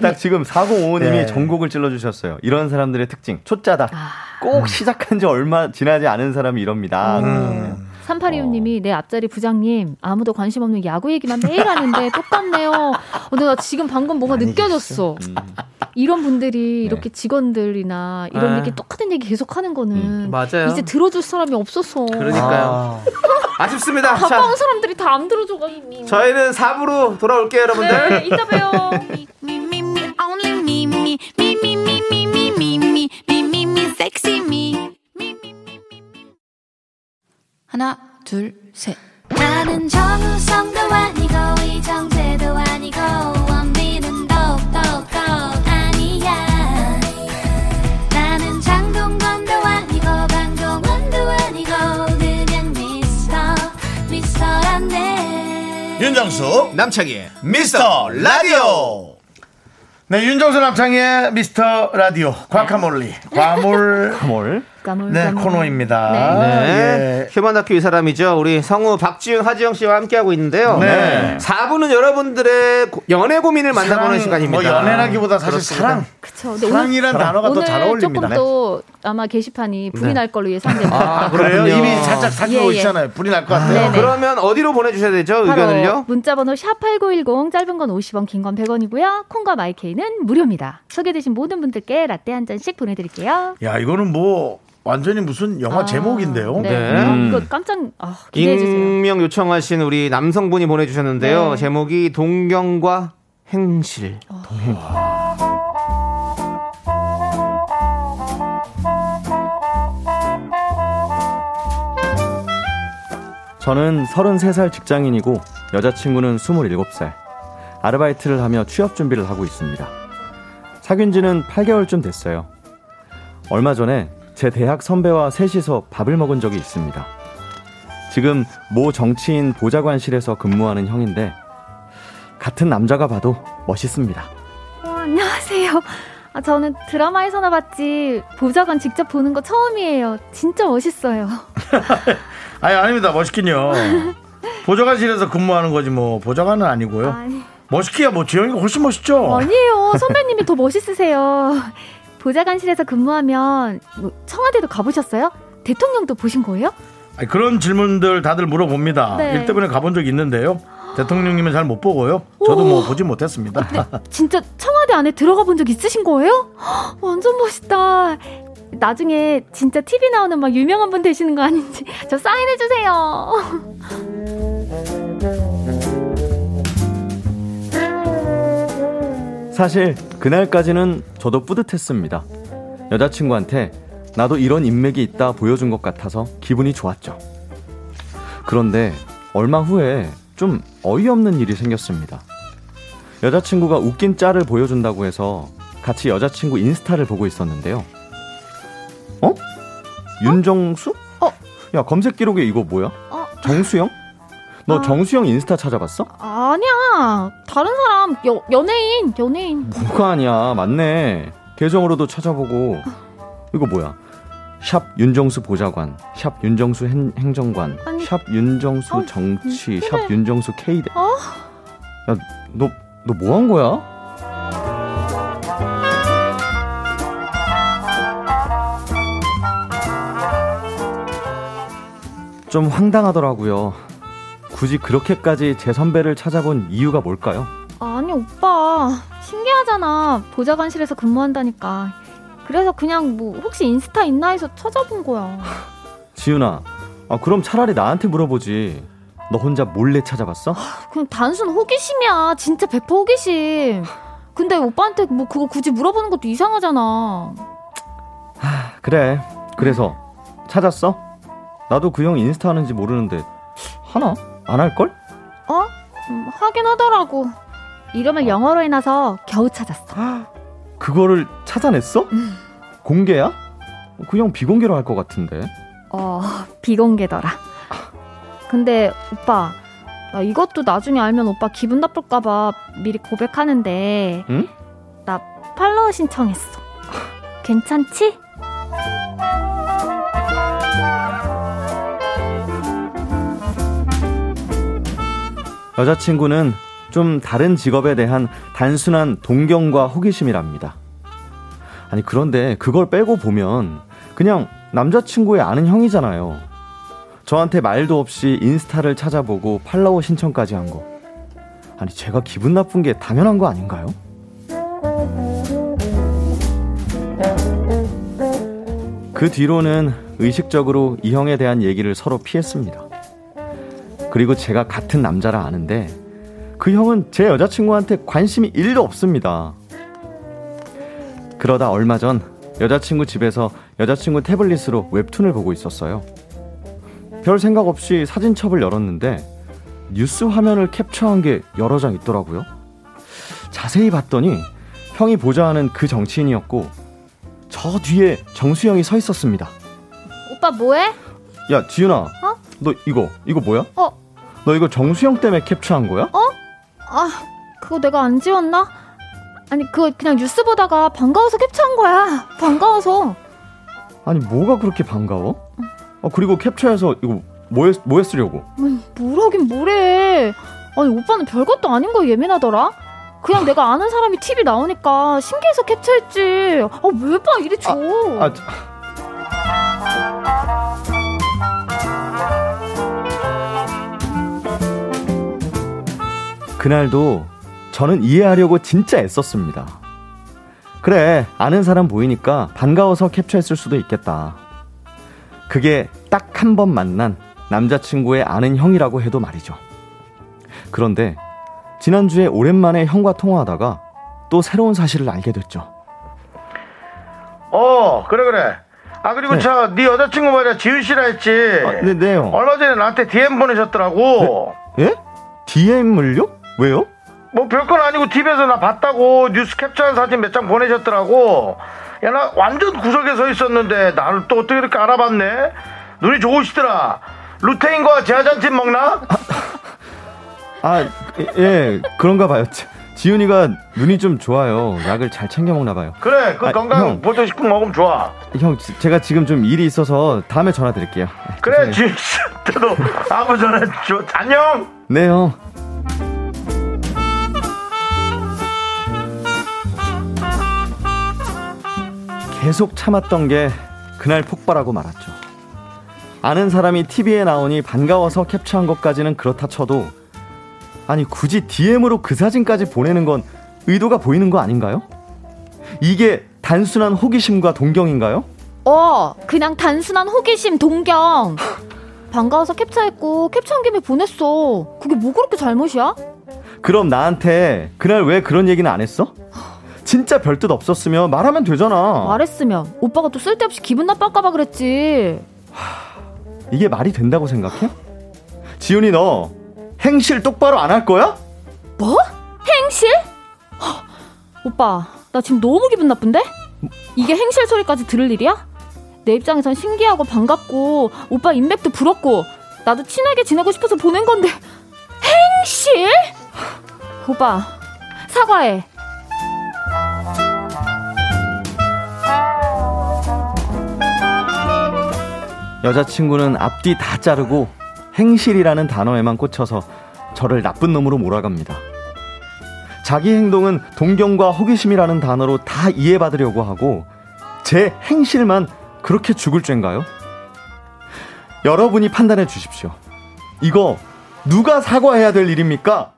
S7: 딱 지금 4055님이
S2: 네.
S7: 전곡을 찔러주셨어요. 이런 사람들의 특징. 초짜다.
S8: 아.
S7: 꼭 시작한 지 얼마 지나지 않은 사람이 이럽니다. 네.
S2: 음.
S8: 3825님이 내 앞자리 부장님 아무도 관심 없는 야구 얘기만 매일 하는데 똑같네요. 어, 근데 나 지금 방금 뭐가 느껴졌어.
S3: 음.
S8: 이런
S3: 네.
S8: 분들이 이렇게 직원들이나 이런
S3: 아.
S8: 얘기 똑같은 얘기 계속하는 거는
S3: 음, 맞아요.
S8: 이제 들어줄 사람이 없어서
S3: 그러니까요. 아. 쉽습니다 자,
S8: 가까운 사람들이 다 안 들어줘가지고.
S3: 저희는 4부로 돌아올게요, 여러분들.
S8: 네, 이따 봬요.
S4: Me, me, me, only me, me, me, me, me, me, me, me, me, me, me, me, sexy me.
S9: 하나, 둘, 셋.
S4: 나는 정우성도 아니고 이정재도 아니고 원빈은 더욱더 아니야 나는 장동건도 아니고 강동원도 아니고 그냥 미스터 미스터란데
S5: 윤정수 남창희의 미스터 라디오
S2: 네, 윤정수 남창의 미스터 라디오 과카몰리
S8: 네.
S2: 과몰
S7: 뭘?
S8: 까물,
S2: 네
S8: 까물.
S2: 코너입니다.
S3: 네.
S2: 예.
S3: 휴먼다큐 이 사람이죠. 우리 성우 박지영, 하지영 씨와 함께하고 있는데요.
S2: 네.
S3: 4부는 여러분들의 고- 연애 고민을
S2: 사랑,
S3: 만나보는 시간입니다.
S2: 뭐 연애라기보다 사실 사랑
S8: 그쵸. 근데 오늘,
S2: 사랑이란 단어가 더
S8: 오늘
S2: 잘
S8: 조금
S2: 어울립니다.
S8: 또 아마 게시판이 불이 날 걸로 예상됩니다.
S3: 네. 아,
S2: 그래요?
S3: 그렇군요.
S2: 이미 살짝
S8: 예,
S2: 사귀고
S8: 예.
S2: 있잖아요. 불이 날 것 같아요.
S8: 네네. 네.
S3: 그러면 어디로 보내주셔야 되죠?
S8: 바로
S3: 의견을요?
S8: 문자번호 샵8910 짧은 건 50원 긴 건 100원이고요 콩과 마이케이는 무료입니다 소개되신 모든 분들께 라떼 한 잔씩 보내드릴게요
S2: 야 이거는 뭐 완전히 무슨 영화
S8: 네. 아,
S2: 제목인데요.
S8: 네.
S3: 네.
S8: 음. 이거 깜짝 아, 기대해주세요
S3: 익명 요청하신 우리 남성분이 보내주셨는데요.
S8: 네.
S3: 제목이 동경과 행실.
S7: 저는 33살 직장인이고 여자친구는 27살. 아르바이트를 하며 취업 준비를 하고 있습니다. 사귄 지는 8개월쯤 됐어요. 얼마 전에 제 대학 선배와 셋이서 밥을 먹은 적이 있습니다. 지금 모 정치인 보좌관실에서 근무하는 형인데 같은 남자가 봐도 멋있습니다.
S8: 어, 안녕하세요 아, 저는 드라마에서나 봤지 보좌관 직접 보는 거 처음이에요 진짜 멋있어요
S2: 아니 아닙니다. 멋있긴요. 보좌관실에서 근무하는 거지 뭐 보좌관은 아니고요.
S8: 아니,
S2: 멋있기야 뭐 지영이가 훨씬
S7: 어.
S8: 어.
S2: 멋있죠.
S8: 아니에요 선배님이 더 멋있으세요 보좌관실에서 근무하면 뭐 청와대도 가보셨어요? 대통령도 보신 거예요?
S2: 아니, 그런 질문들 다들 물어봅니다.
S8: 네.
S2: 일 때문에 가본 적 있는데요. 대통령님은 잘 못 보고요. 저도 뭐 보지 못했습니다.
S7: 네.
S8: 진짜 청와대 안에 들어가 본 적 있으신 거예요? 헉, 완전 멋있다. 나중에 진짜 TV 나오는 막 유명한 분 되시는 거 아닌지 저 사인해 주세요.
S7: 사실 그날까지는 저도 뿌듯했습니다. 여자친구한테 나도 이런 인맥이 있다 보여준 것 같아서 기분이 좋았죠. 그런데 얼마 후에 좀 어이없는 일이 생겼습니다. 여자친구가 웃긴 짤을 보여준다고 해서 같이 여자친구 인스타를 보고 있었는데요. 어? 윤정수?
S8: 어?
S7: 야 검색 기록에 이거 뭐야?
S8: 어?
S7: 정수영? 너
S8: 아.
S7: 정수영 인스타 찾아봤어?
S8: 아니야. 다른 사람 여, 연예인 연예인.
S7: 뭐가 아니야 맞네 계정으로도 찾아보고 이거 뭐야 샵 윤정수 보좌관 샵 윤정수 행, 정관
S8: 아니,
S7: 샵 윤정수
S8: 아니,
S7: 정치
S8: 그래.
S7: 샵 윤정수 K대
S8: 어?
S7: 야너 너 뭐 한 거야? 좀 황당하더라고요. 굳이 그렇게까지 제 선배를 찾아본 이유가 뭘까요?
S8: 아니 오빠 신기하잖아. 보좌관실에서 근무한다니까. 그래서 그냥 뭐 혹시 인스타 있나 해서 찾아본 거야.
S7: 지윤아, 아, 그럼 차라리 나한테 물어보지. 너 혼자 몰래 찾아봤어?
S8: 그냥 단순 호기심이야. 진짜 배포 호기심. 근데 오빠한테 뭐 그거 굳이 물어보는 것도 이상하잖아. 어?
S7: 그래. 그래서 찾았어? 나도 그 형 인스타 하는지 모르는데 하나 안 할 걸?
S8: 어? 음, 하긴 하더라고. 이름을 영어로 해놔서 겨우 찾았어.
S7: 음. 그거를 찾아냈어? 공개야? 그냥 비공개로 할 것 같은데.
S8: 어, 비공개더라. 근데 오빠, 나 이것도 나중에 알면 오빠 기분 나쁠까봐 미리 고백하는데,
S7: 응?
S8: 나 팔로우 신청했어. 괜찮지?
S7: 여자친구는 좀 다른 직업에 대한 단순한 동경과 호기심이랍니다. 아니, 그런데 그걸 빼고 보면 그냥 남자친구의 아는 형이잖아요. 저한테 말도 없이 인스타를 찾아보고 팔로워 신청까지 한 거. 아니, 제가 기분 나쁜 게 당연한 거 아닌가요? 그 뒤로는 의식적으로 이 형에 대한 얘기를 서로 피했습니다. 그리고 제가 같은 남자라 아는데 그 형은 제 여자친구한테 관심이 1도 없습니다. 그러다 얼마 전 여자친구 집에서 여자친구 태블릿으로 웹툰을 보고 있었어요. 별 생각 없이 사진첩을 열었는데 뉴스 화면을 캡처한 게 여러 장 있더라고요. 자세히 봤더니 형이 보좌하는 그 정치인이었고 저 뒤에 정수영이 서 있었습니다.
S8: 오빠 뭐해?
S7: 야 지윤아, 너 이거 이거 뭐야?
S8: 어,
S7: 너 이거 정수영 때문에 캡처한 거야?
S8: 아, 그거 내가 안 지웠나? 아니, 그거 그냥 뉴스 보다가 반가워서 캡처한 거야. 반가워서.
S7: 아니 뭐가 그렇게 반가워? 어 그리고 캡처해서 이거 뭐에 뭐에 쓰려고?
S8: 아니, 뭐라긴 뭐래. 아니, 오빠는 별것도 아닌 거에 예민하더라? 그냥 내가 아는 사람이 TV 나오니까 신기해서 캡처했지. 아, 왜 봐, 이리 줘.
S2: 어.
S7: 아 저- 그날도 저는 이해하려고 진짜 애썼습니다. 그래 아는 사람 보이니까 반가워서 캡처했을 수도 있겠다. 그게 딱 한 번 만난 남자친구의 아는 형이라고 해도 말이죠. 그런데 지난주에 오랜만에 형과 통화하다가 또 새로운 사실을 알게 됐죠.
S2: 어, 그래, 그래. 아, 그리고
S7: 네.
S2: 저, 네 여자친구 말이야, 지윤 씨라 했지.
S7: 아, 네, 네요.
S2: 얼마 전에 나한테 DM 보내셨더라고.
S7: 예? DM을요? 왜요?
S2: 뭐 별건 아니고 TV에서 나 봤다고 뉴스 캡처한 사진 몇 장 보내셨더라고. 야, 나 완전 구석에 서 있었는데 나를 또 어떻게 이렇게 알아봤네? 눈이 좋으시더라. 루테인과 제아잔틴 먹나?
S7: 아, 예, 그런가 봐요. 지- 지훈이가 눈이 좀 좋아요. 약을 잘 챙겨 먹나 봐요.
S2: 그래, 그
S7: 아,
S2: 건강
S7: 형.
S2: 보조식품 먹으면 좋아.
S7: 형, 지- 제가 지금 좀 일이 있어서 다음에 전화 드릴게요. 아,
S2: 그래,
S7: 죄송해요.
S2: 지윤 씨한테도 아무 전에 줘. 안녕!
S7: 네, 형. 계속 참았던 게 그날 폭발하고 말았죠. 아는 사람이 TV에 나오니 반가워서 캡처한 것까지는 그렇다 쳐도 아니 굳이 DM으로 그 사진까지 보내는 건 의도가 보이는 거 아닌가요? 이게 단순한 호기심과 동경인가요?
S8: 어, 그냥 단순한 호기심, 동경. 반가워서 캡처했고, 캡처한 김에 보냈어. 그게 뭐 그렇게 잘못이야?
S7: 그럼 나한테 그날 왜 그런 얘기는 안 했어? 진짜 별 뜻 없었으면 말하면 되잖아.
S8: 말했으면 오빠가 또 쓸데없이 기분 나빠할까봐 그랬지.
S7: 이게 말이 된다고 생각해? 지훈이 너 행실 똑바로 안 할 거야?
S8: 뭐? 행실? 허, 오빠, 나 지금 너무 기분 나쁜데? 이게 행실 소리까지 들을 일이야? 내 입장에선 신기하고 반갑고 오빠 인맥도 부럽고 나도 친하게 지내고 싶어서 보낸 건데 행실? 오빠, 사과해.
S7: 여자친구는 앞뒤 다 자르고 행실이라는 단어에만 꽂혀서 저를 나쁜 놈으로 몰아갑니다. 자기 행동은 동경과 호기심이라는 단어로 다 이해받으려고 하고 제 행실만 그렇게 죽을 죄인가요? 여러분이 판단해 주십시오. 이거 누가 사과해야 될 일입니까?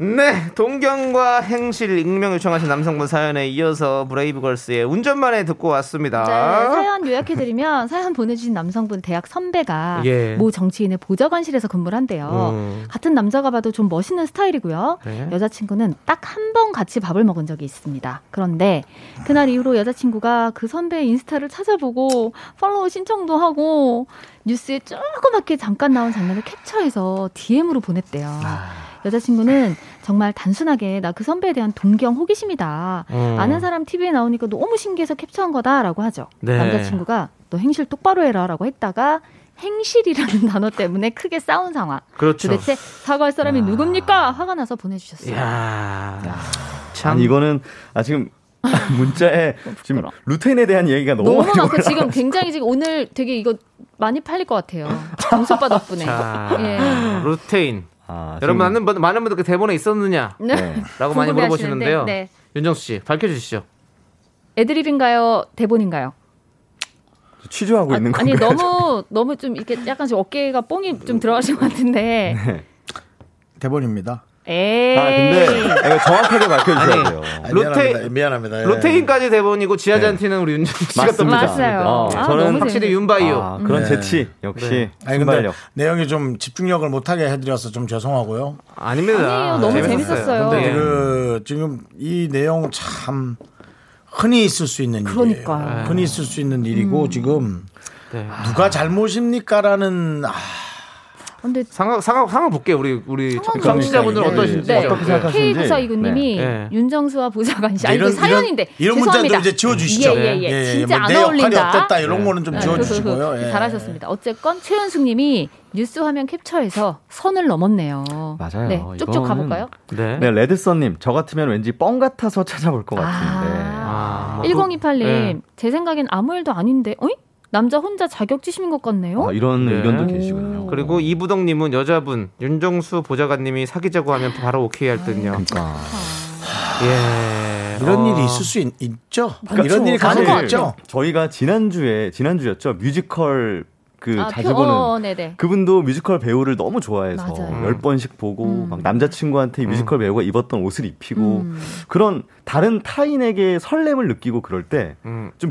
S3: 네, 동경과 행실 익명 요청하신 남성분 사연에 이어서 브레이브걸스의 운전만에 듣고 왔습니다.
S8: 네, 사연 요약해드리면 사연 보내주신 남성분 대학 선배가
S3: 예.
S8: 모 정치인의 보좌관실에서 근무를 한대요.
S3: 음.
S8: 같은 남자가 봐도 좀 멋있는 스타일이고요.
S3: 그래?
S8: 여자친구는 딱 한 번 같이 밥을 먹은 적이 있습니다. 그런데 그날 이후로 여자친구가 그 선배의 인스타를 찾아보고 팔로우 신청도
S3: 아.
S8: 하고 뉴스에 조그맣게 잠깐 나온 장면을 캡처해서 DM으로 보냈대요. 여자친구는 정말 단순하게 나 그 선배에 대한 동경 호기심이다.
S3: 음.
S8: 아는 사람 TV에 나오니까 너무 신기해서 캡처한 거다라고 하죠.
S3: 네.
S8: 남자친구가 너 행실 똑바로 해라라고 했다가 행실이라는 단어 때문에 크게 싸운 상황.
S3: 그렇죠.
S8: 도대체 네, 사과할 사람이 누굽니까? 화가 나서 보내주셨어요.
S3: 야. 참
S7: 아니 이거는 아 지금 문자에 지금
S8: 부끄러워.
S7: 루테인에 대한 얘기가 너무,
S8: 너무
S7: 많이
S8: 많고
S7: 올라-
S8: 지금 굉장히 지금 오늘 되게 이거 많이 팔릴 것 같아요. 정소빠 덕분에.
S3: 자,
S8: 예.
S3: 루테인.
S7: 아,
S3: 여러분
S7: 지금-
S3: 많은 분 많은 분들 그 대본에 있었느냐라고
S8: 네.
S3: 많이
S8: 궁금해하시는데,
S3: 물어보시는데요.
S8: 네.
S3: 윤정수 씨 밝혀주시죠.
S8: 애드립인가요? 대본인가요?
S7: 취조하고 있는
S8: 아니
S7: 건가요?
S8: 너무 너무 좀 이렇게 약간 좀 어깨가 뽕이 좀 들어가신 것 같은데.
S5: 대본입니다.
S3: 네.
S8: 에이.
S7: 아 근데 이거 정확하게 밝혀주셔야 돼요.
S5: 아,
S3: 루테-
S5: 미안합니다. 미안합니다. 예.
S3: 루테인까지 대본이고 지하잔티는 우리 윤정수 씨가 또
S7: 네. 맞습니다.
S8: 맞아요.
S7: 어,
S8: 아,
S7: 저는
S8: 너무
S3: 확실히
S8: 재밌었어요.
S3: 윤바이오.
S7: 아, 그런
S5: 네.
S7: 재치 역시
S5: 아니 근데
S7: 순발력.
S5: 내용이 좀 집중력을 못하게 해드려서 좀 죄송하고요.
S3: 아닙니다. 네.
S8: 아니에요. 너무 재밌었어요.
S3: 근데
S5: 그 지금 이 내용 참 흔히 있을 수 있는
S8: 그러니까요. 음.
S5: 일이에요. 예. 흔히 있을 수 있는 일이고 지금
S3: 네.
S5: 누가 잘못입니까라는 아,
S8: 근데
S3: 상황 상황 상황 볼게요. 우리 우리
S8: 상황
S3: 청취자분들
S5: 볼게요.
S3: 그러니까 어떠신지.
S8: 네.
S7: 어떻게 생각하시는지.
S8: K 부사 이구님이
S3: 네.
S8: 윤정수와 보좌관이 아 이거
S5: 이런-
S8: 사연인데
S5: 이런, 이런
S8: 죄송합니다.
S5: 문자도 이제 지워주시죠.
S8: 예, 예, 예. 진짜
S5: 뭐
S8: 안
S5: 내 역할이
S8: 어울린다.
S5: 어땠다 이런 거는 좀
S8: 네,
S5: 지워주시고요.
S8: 그, 그, 그,
S5: 예.
S8: 잘하셨습니다. 어쨌건 최은숙님이 뉴스 화면 캡처해서 선을 넘었네요.
S7: 맞아요.
S8: 네, 쭉쭉
S7: 이거는-
S8: 가볼까요?
S3: 네.
S7: 네 레드썬님 저 같으면 왠지 뻥 같아서 찾아볼 것 같은데.
S8: 아,
S3: 아, 뭐
S8: 1028님,
S3: 네.
S8: 제 생각엔 아무 일도 아닌데, 어이? 남자 혼자 자격지심인 것 같네요?
S7: 아, 이런
S3: 네.
S7: 의견도 계시군요.
S3: 그리고 이부덕님은 여자분 윤정수 보좌관님이 사귀자고 하면 바로 오케이 할 듯요.
S7: 그러니까
S3: 예.
S5: 이런
S3: 어,
S5: 일이 있을 수 있, 죠
S7: 그러니까
S5: 이런 일이
S8: 그렇죠.
S5: 가능하
S8: 가능하죠.
S5: 죠
S7: 저희가 지난주에 지난주였죠 뮤지컬 그
S8: 아,
S7: 자주
S8: 그,
S7: 보는
S8: 어, 네네.
S7: 그분도 뮤지컬 배우를 너무 좋아해서
S8: 맞아요.
S7: 열 번씩 보고 막 남자친구한테
S3: 음.
S7: 뮤지컬 배우가 입었던 옷을 입히고
S8: 음.
S7: 그런 다른 타인에게 설렘을 느끼고 그럴 때 좀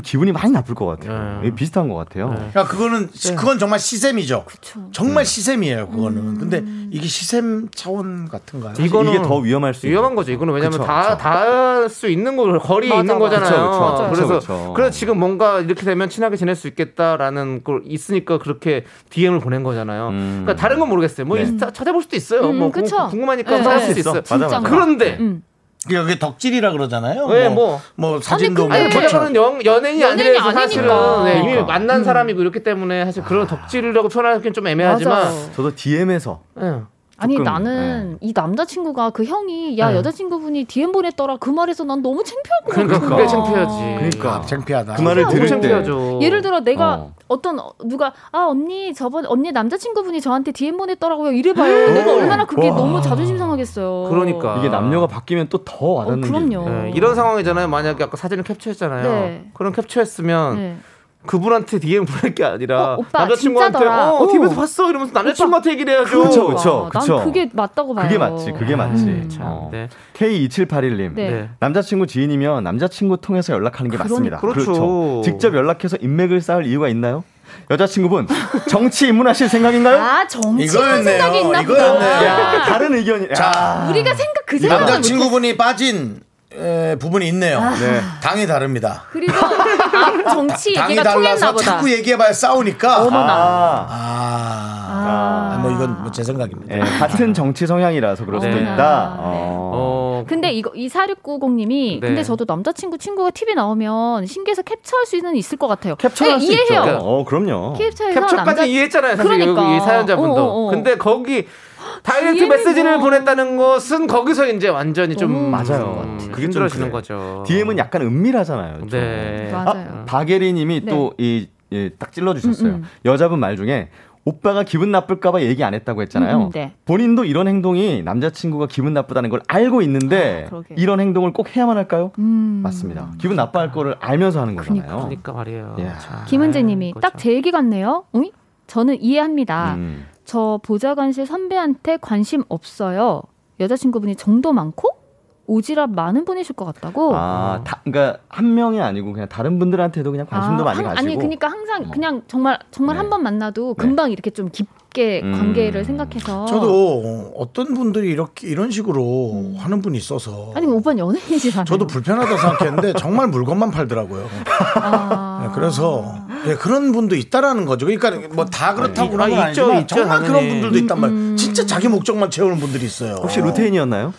S3: 음.
S7: 기분이 많이 나쁠 것 같아요.
S3: 네.
S7: 이게 비슷한 것 같아요.
S5: 그러니까 그거는 시- 그건 정말 시샘이죠.
S8: 네. 그쵸.
S5: 정말 시샘이에요. 그거는.
S8: 음.
S5: 근데 이게 시샘 차원 같은가요?
S7: 사실
S3: 이거는
S7: 이게 더 위험할 수
S3: 위험한 거죠. 이거는 왜냐면
S7: 그쵸,
S3: 다 다 수 있는 거 거리에
S8: 맞아,
S3: 있는
S8: 맞아.
S3: 거잖아요.
S7: 그쵸, 그쵸,
S3: 래서
S7: 그쵸, 그쵸.
S3: 그래서 지금 뭔가 이렇게 되면 친하게 지낼 수 있겠다라는 걸 있으니까 그렇게 DM을 보낸 거잖아요.
S7: 음.
S3: 그러니까 다른 건 모르겠어요. 뭐
S7: 네.
S3: 인스타 찾아볼 수도 있어요.
S8: 음,
S3: 뭐
S8: 그쵸.
S3: 궁- 궁금하니까
S8: 네.
S3: 찾을
S8: 찾을
S3: 수도
S7: 있어.
S3: 있어.
S7: 맞아, 맞아.
S3: 그런데
S8: 음.
S5: 그러니까 그게 덕질이라 그러잖아요.
S3: 네,
S5: 뭐,
S3: 뭐.
S5: 뭐 사진도 뭐
S8: 아니, 근데
S3: 아니
S8: 그렇죠.
S3: 보자는 영 연예인이
S8: 연예인이
S3: 아니라서 사실은
S8: 아니니까.
S3: 네, 이미
S7: 그러니까.
S3: 만난 사람이고 이렇기 때문에 사실 그런 덕질이라고 표현하기는 좀 애매하지만
S8: 맞아요.
S7: 저도 DM에서
S3: 예.
S8: 아니
S7: 조금,
S8: 나는 이 남자친구가 그 형이 야
S3: 네.
S8: 여자친구분이 DM 보냈더라 그 말에서 난 너무 창피할 것
S3: 그러니까
S8: 같아.
S3: 그게 창피하지.
S7: 그러니까
S5: 아, 창피하다.
S3: 아,
S7: 그 말을
S3: 너무
S7: 들을 때
S3: 창피하죠.
S8: 예를 들어 내가
S7: 어.
S8: 어. 떤 누가 아 언니 저번 언니 남자친구분이 저한테 DM 보냈더라고요 이래봐요 내가 얼마나 그게 너무 자존심 상하겠어요.
S3: 그러니까
S7: 이게 남녀가 바뀌면 또 더
S8: 어,
S7: 와닿는 게
S8: 그럼요.
S7: 있네요.
S3: 예, 이런 상황이잖아요. 만약에 아까 사진을 캡처했잖아요.
S8: 네.
S3: 그런 캡처했으면
S8: 네.
S3: 그분한테 DM 보낼 게 아니라
S8: 어, 오빠,
S3: 남자친구한테
S8: 진짜더라.
S3: 어,
S8: 오. 그렇죠.
S3: TV에서 봤어 이러면서 남자친구한테 얘기를 해야죠.
S7: 그쵸,
S8: 와,
S7: 그쵸, 그쵸.
S8: 난 그게 맞다고 봐요.
S7: 그게 맞지, 그게 맞지.
S8: 음.
S3: 참,
S7: 어.
S3: 네.
S7: K2781님.
S8: 네.
S3: 네.
S7: 남자친구 지인이면 남자친구 통해서 연락하는 게 맞습니다.
S3: 그렇죠.
S7: 직접 연락해서 인맥을 쌓을 이유가 있나요? 여자친구분 정치 입문하실 생각인가요?
S8: 아 정치한
S5: 이거였네요.
S8: 생각이 있나 보다.
S2: 아.
S5: 이거였네요.
S7: 야, 다른 의견이. 야.
S8: 우리가 생각 그 생각을 못했어.
S5: 남자친구분이 빠진 에, 부분이 있네요.
S8: 아.
S7: 네.
S5: 당이 다릅니다.
S8: 그리고 아, 정치
S5: 당이
S8: 얘기가 통했나
S5: 달라서
S8: 보다.
S5: 자꾸 얘기해봐야 싸우니까.
S7: 아,
S5: 아,
S8: 아.
S5: 아, 뭐 이건 뭐제 생각입니다.
S7: 예, 같은 정치 성향이라서 그럴 수도
S3: 어머나.
S7: 있다.
S8: 네.
S7: 어.
S3: 어,
S8: 근데 이거 이
S3: 네.
S8: 4690님이 근데 저도 남자친구 친구가 TV 나오면 신기해서 캡처할 수는 있을 것 같아요.
S7: 캡처할
S8: 네,
S7: 수 있죠.
S8: 이해해요.
S7: 어, 그럼요.
S8: 캡처해서
S3: 캡처까지
S8: 아, 남자
S3: 이해했잖아요. 사실
S8: 그러니까.
S3: 여기 이 사연자분도.
S8: 어, 뭐. 어, 어.
S3: 근데 거기 다이렉트
S8: DM이죠.
S3: 메시지를 보냈다는 것은 거기서 이제 완전히 좀
S8: 너무
S7: 맞아요. 그게
S3: 그게
S7: 좀
S3: 힘들어지는
S7: 그래요.
S3: 거죠.
S7: DM은 약간 그렇죠. 은밀하잖아요. 좀.
S3: 네.
S8: 맞아요.
S7: 박예리님이
S8: 네.
S7: 또 이 딱 찔러 주셨어요.
S8: 음, 음.
S7: 여자분 말 중에 오빠가 기분 나쁠까봐 얘기 안 했다고 했잖아요.
S8: 음, 음, 네.
S7: 본인도 이런 행동이 남자친구가 기분 나쁘다는 걸 알고 있는데
S8: 아, 그러게요.
S7: 이런 행동을 꼭 해야만 할까요?
S8: 음.
S7: 맞습니다. 기분 나빠할 거를 알면서 하는 거잖아요.
S3: 그러니까 말이에요.
S7: 예.
S3: 참. 그렇죠.
S8: 김은재님이
S3: 그거죠.
S8: 딱 제 얘기 같네요. 응? 저는 이해합니다.
S7: 아, 그렇죠. 음.
S8: 저 보좌관실 선배한테 관심 없어요. 여자친구분이 정도 많고 오지랖 많은 분이실 것 같다고.
S7: 아, 다, 그러니까 한 명이 아니고 그냥 다른 분들한테도 그냥 관심도
S8: 아,
S7: 많이
S8: 한-
S7: 가지고.
S8: 아니 그러니까 항상
S7: 어.
S8: 그냥 정말 정말
S7: 네.
S8: 한 번 만나도 금방 이렇게 좀 깊게
S7: 음.
S8: 관계를 생각해서.
S5: 저도 어떤 분들이 이렇게 이런 식으로 하는 분이 있어서
S8: 뭐 아니 오빠 는 연예인이잖아요.
S5: 저도 불편하다 생각했는데 정말 물건만 팔더라고요.
S8: 아,
S2: 그래서 예, 그런 분도 있다라는 거죠. 그러니까 뭐 다 그렇다고는
S3: 아,
S2: 아,
S3: 있죠,
S2: 아니지만
S3: 있죠,
S2: 정말 그런
S3: 당연히.
S2: 분들도 있단 말이에요.
S8: 음.
S2: 진짜 자기 목적만 채우는 분들이 있어요.
S7: 혹시 루테인이었나요?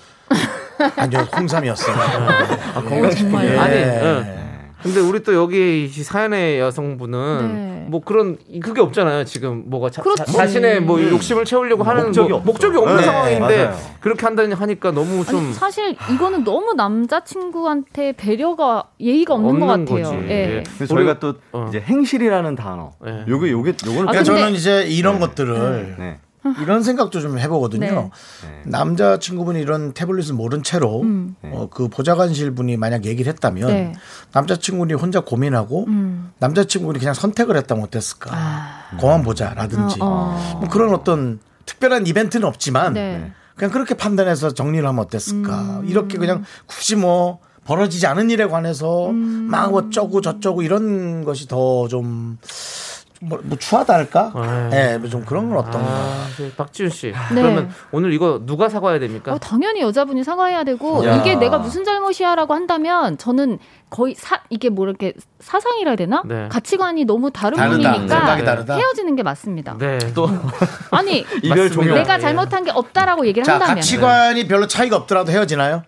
S2: 아니요, 홍삼이었어요.
S8: 아,
S2: 예.
S8: 정말.
S3: 아니. 응. 근데 우리 또 여기 이 사연의 여성분은
S8: 네. 그렇죠.
S3: 뭐 그런 그게 없잖아요. 지금 뭐가 자,
S8: 그렇지.
S3: 신의뭐 욕심을 채우려고 하는
S7: 음. 목적이
S3: 뭐
S7: 없죠.
S3: 목적이 없는
S7: 네,
S3: 상황인데
S7: 맞아요.
S3: 그렇게 한다니 하니까 너무 네, 좀
S8: 아니, 사실 이거는 너무 남자친구한테 배려가 예의가 없는,
S3: 없는
S8: 것 같아요.
S3: 거지.
S8: 예.
S3: 예.
S7: 그래서 저희가 또
S3: 어.
S7: 이제 행실이라는 단어.
S3: 예.
S7: 요게 요게 요거는
S8: 아,
S2: 그러니까
S8: 근데-
S2: 저는 이제 이런 것들을
S7: 네.
S2: 이런 생각도 좀 해보거든요.
S8: 네.
S2: 남자 친구분이 이런 태블릿을 모른 채로 어, 그 보좌관실 분이 만약 얘기를 했다면
S8: 음. 네. 음.
S2: 남자 친구분이 혼자 고민하고 남자 친구분이 그냥 선택을 했다면 어땠을까? 그만 보자라든지
S8: 아.
S2: 아.
S8: 어, 어.
S2: 뭐 그런 어떤 특별한 이벤트는 없지만
S8: 네.
S2: 그냥 그렇게 판단해서 정리를 하면 어땠을까? 이렇게 그냥 굳이 뭐 벌어지지 않은 일에 관해서 막뭐 어쩌고 저쩌고 이런 것이 더 좀 뭐, 뭐 추하다 할까?
S3: 아.
S2: 예, 뭐 좀 그런 건 어떤가?
S3: 아, 저 박지윤 씨.
S8: 네.
S3: 그러면 오늘 이거 누가 사과해야 됩니까?
S8: 어, 당연히 여자분이 사과해야 되고
S7: 야.
S8: 이게 내가 무슨 잘못이야라고 한다면 저는 거의 사 이게 뭐 이렇게 사상이라 해야 되나
S3: 네.
S8: 가치관이 너무 다른
S2: 다르다.
S8: 분이니까
S2: 생각이 다르다.
S8: 헤어지는 게 맞습니다. 음.
S3: 네. 또
S8: 아니
S7: 이별 종료.
S8: 내가 잘못한 게 없다라고 얘기를
S2: 자,
S8: 한다면
S2: 가치관이 별로 차이가 없더라도 헤어지나요?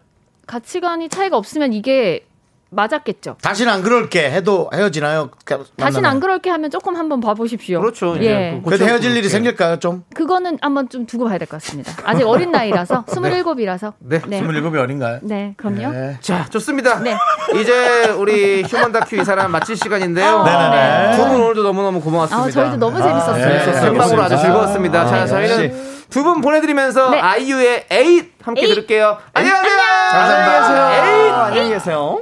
S8: 가치관이 차이가 없으면 이게 맞았겠죠.
S2: 다시는 안 그럴게 해도 헤어지나요? 그러니까
S8: 다신 안
S2: 만나면.
S8: 그럴게 하면 조금 한번 봐보십시오.
S3: 그렇죠. 이제
S8: 예.
S3: 그
S2: 그래도 헤어질
S3: 고쳐볼
S2: 일이
S3: 게.
S2: 생길까요, 좀?
S8: 그거는 한번 좀 두고 봐야 될 것 같습니다. 아직 어린 나이라서 27이라서.
S3: 네.
S8: 네.
S2: 27이 어린가요?
S8: 네, 그럼요.
S2: 네.
S3: 자, 좋습니다.
S8: 네.
S3: 이제 우리 휴먼 다큐 이 사람 마칠 시간인데요.
S2: 네네네.
S3: 두 분 오늘도 너무너무 고마웠습니다.
S8: 어, 아, 저희도 너무
S2: 아, 네,
S8: 재밌었어요.
S2: 네,
S3: 생방으로 아주
S2: 알겠습니다.
S3: 즐거웠습니다.
S2: 아,
S3: 자,
S2: 역시.
S3: 저희는 두 분 보내드리면서
S8: 네.
S3: 아이유의 에잇 함께
S8: 에잇.
S3: 들을게요. 안녕하세요.
S8: 아,
S3: 에잇.
S7: 안녕히 계세요.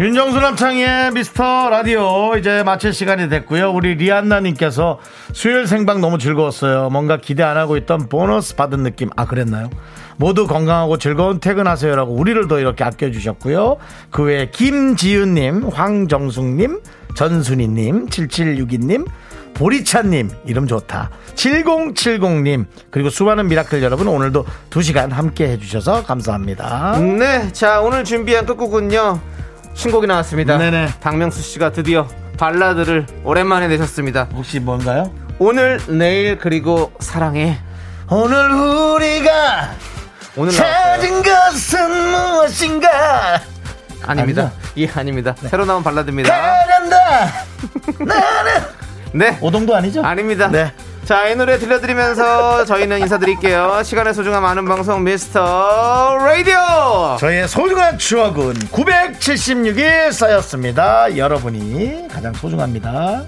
S10: 윤정수 남창희의 미스터 라디오 이제 마칠 시간이 됐고요. 우리 리안나님께서 수요일 생방 너무 즐거웠어요. 뭔가 기대 안 하고 있던 보너스 받은 느낌. 아 그랬나요? 모두 건강하고 즐거운 퇴근하세요라고 우리를 더 이렇게 아껴주셨고요. 그 외에 김지윤님, 황정숙님, 전순희님, 7762님, 보리차님 이름 좋다. 7070님 그리고 수많은 미라클 여러분 오늘도 2시간 함께 해주셔서 감사합니다.
S3: 네, 자 오늘 준비한 끝곡은요 신곡이 나왔습니다.
S10: 네네.
S3: 박명수 씨가 드디어 발라드를 오랜만에 내셨습니다.
S10: 혹시 뭔가요?
S3: 오늘, 내일 그리고 사랑해.
S10: 오늘 우리가
S3: 오늘 나왔어요.
S10: 찾은 것은 무엇인가
S3: 아닙니다. 예, 아닙니다. 새로 나온 발라드입니다.
S10: 가련다
S3: 네,
S10: 오동도 아니죠?
S3: 아닙니다.
S10: 네.
S3: 자, 이 노래 들려드리면서 저희는 인사드릴게요. 시간의 소중함 아는 방송 미스터 라디오.
S10: 저희의 소중한 추억은 976일 쌓였습니다 여러분이 가장 소중합니다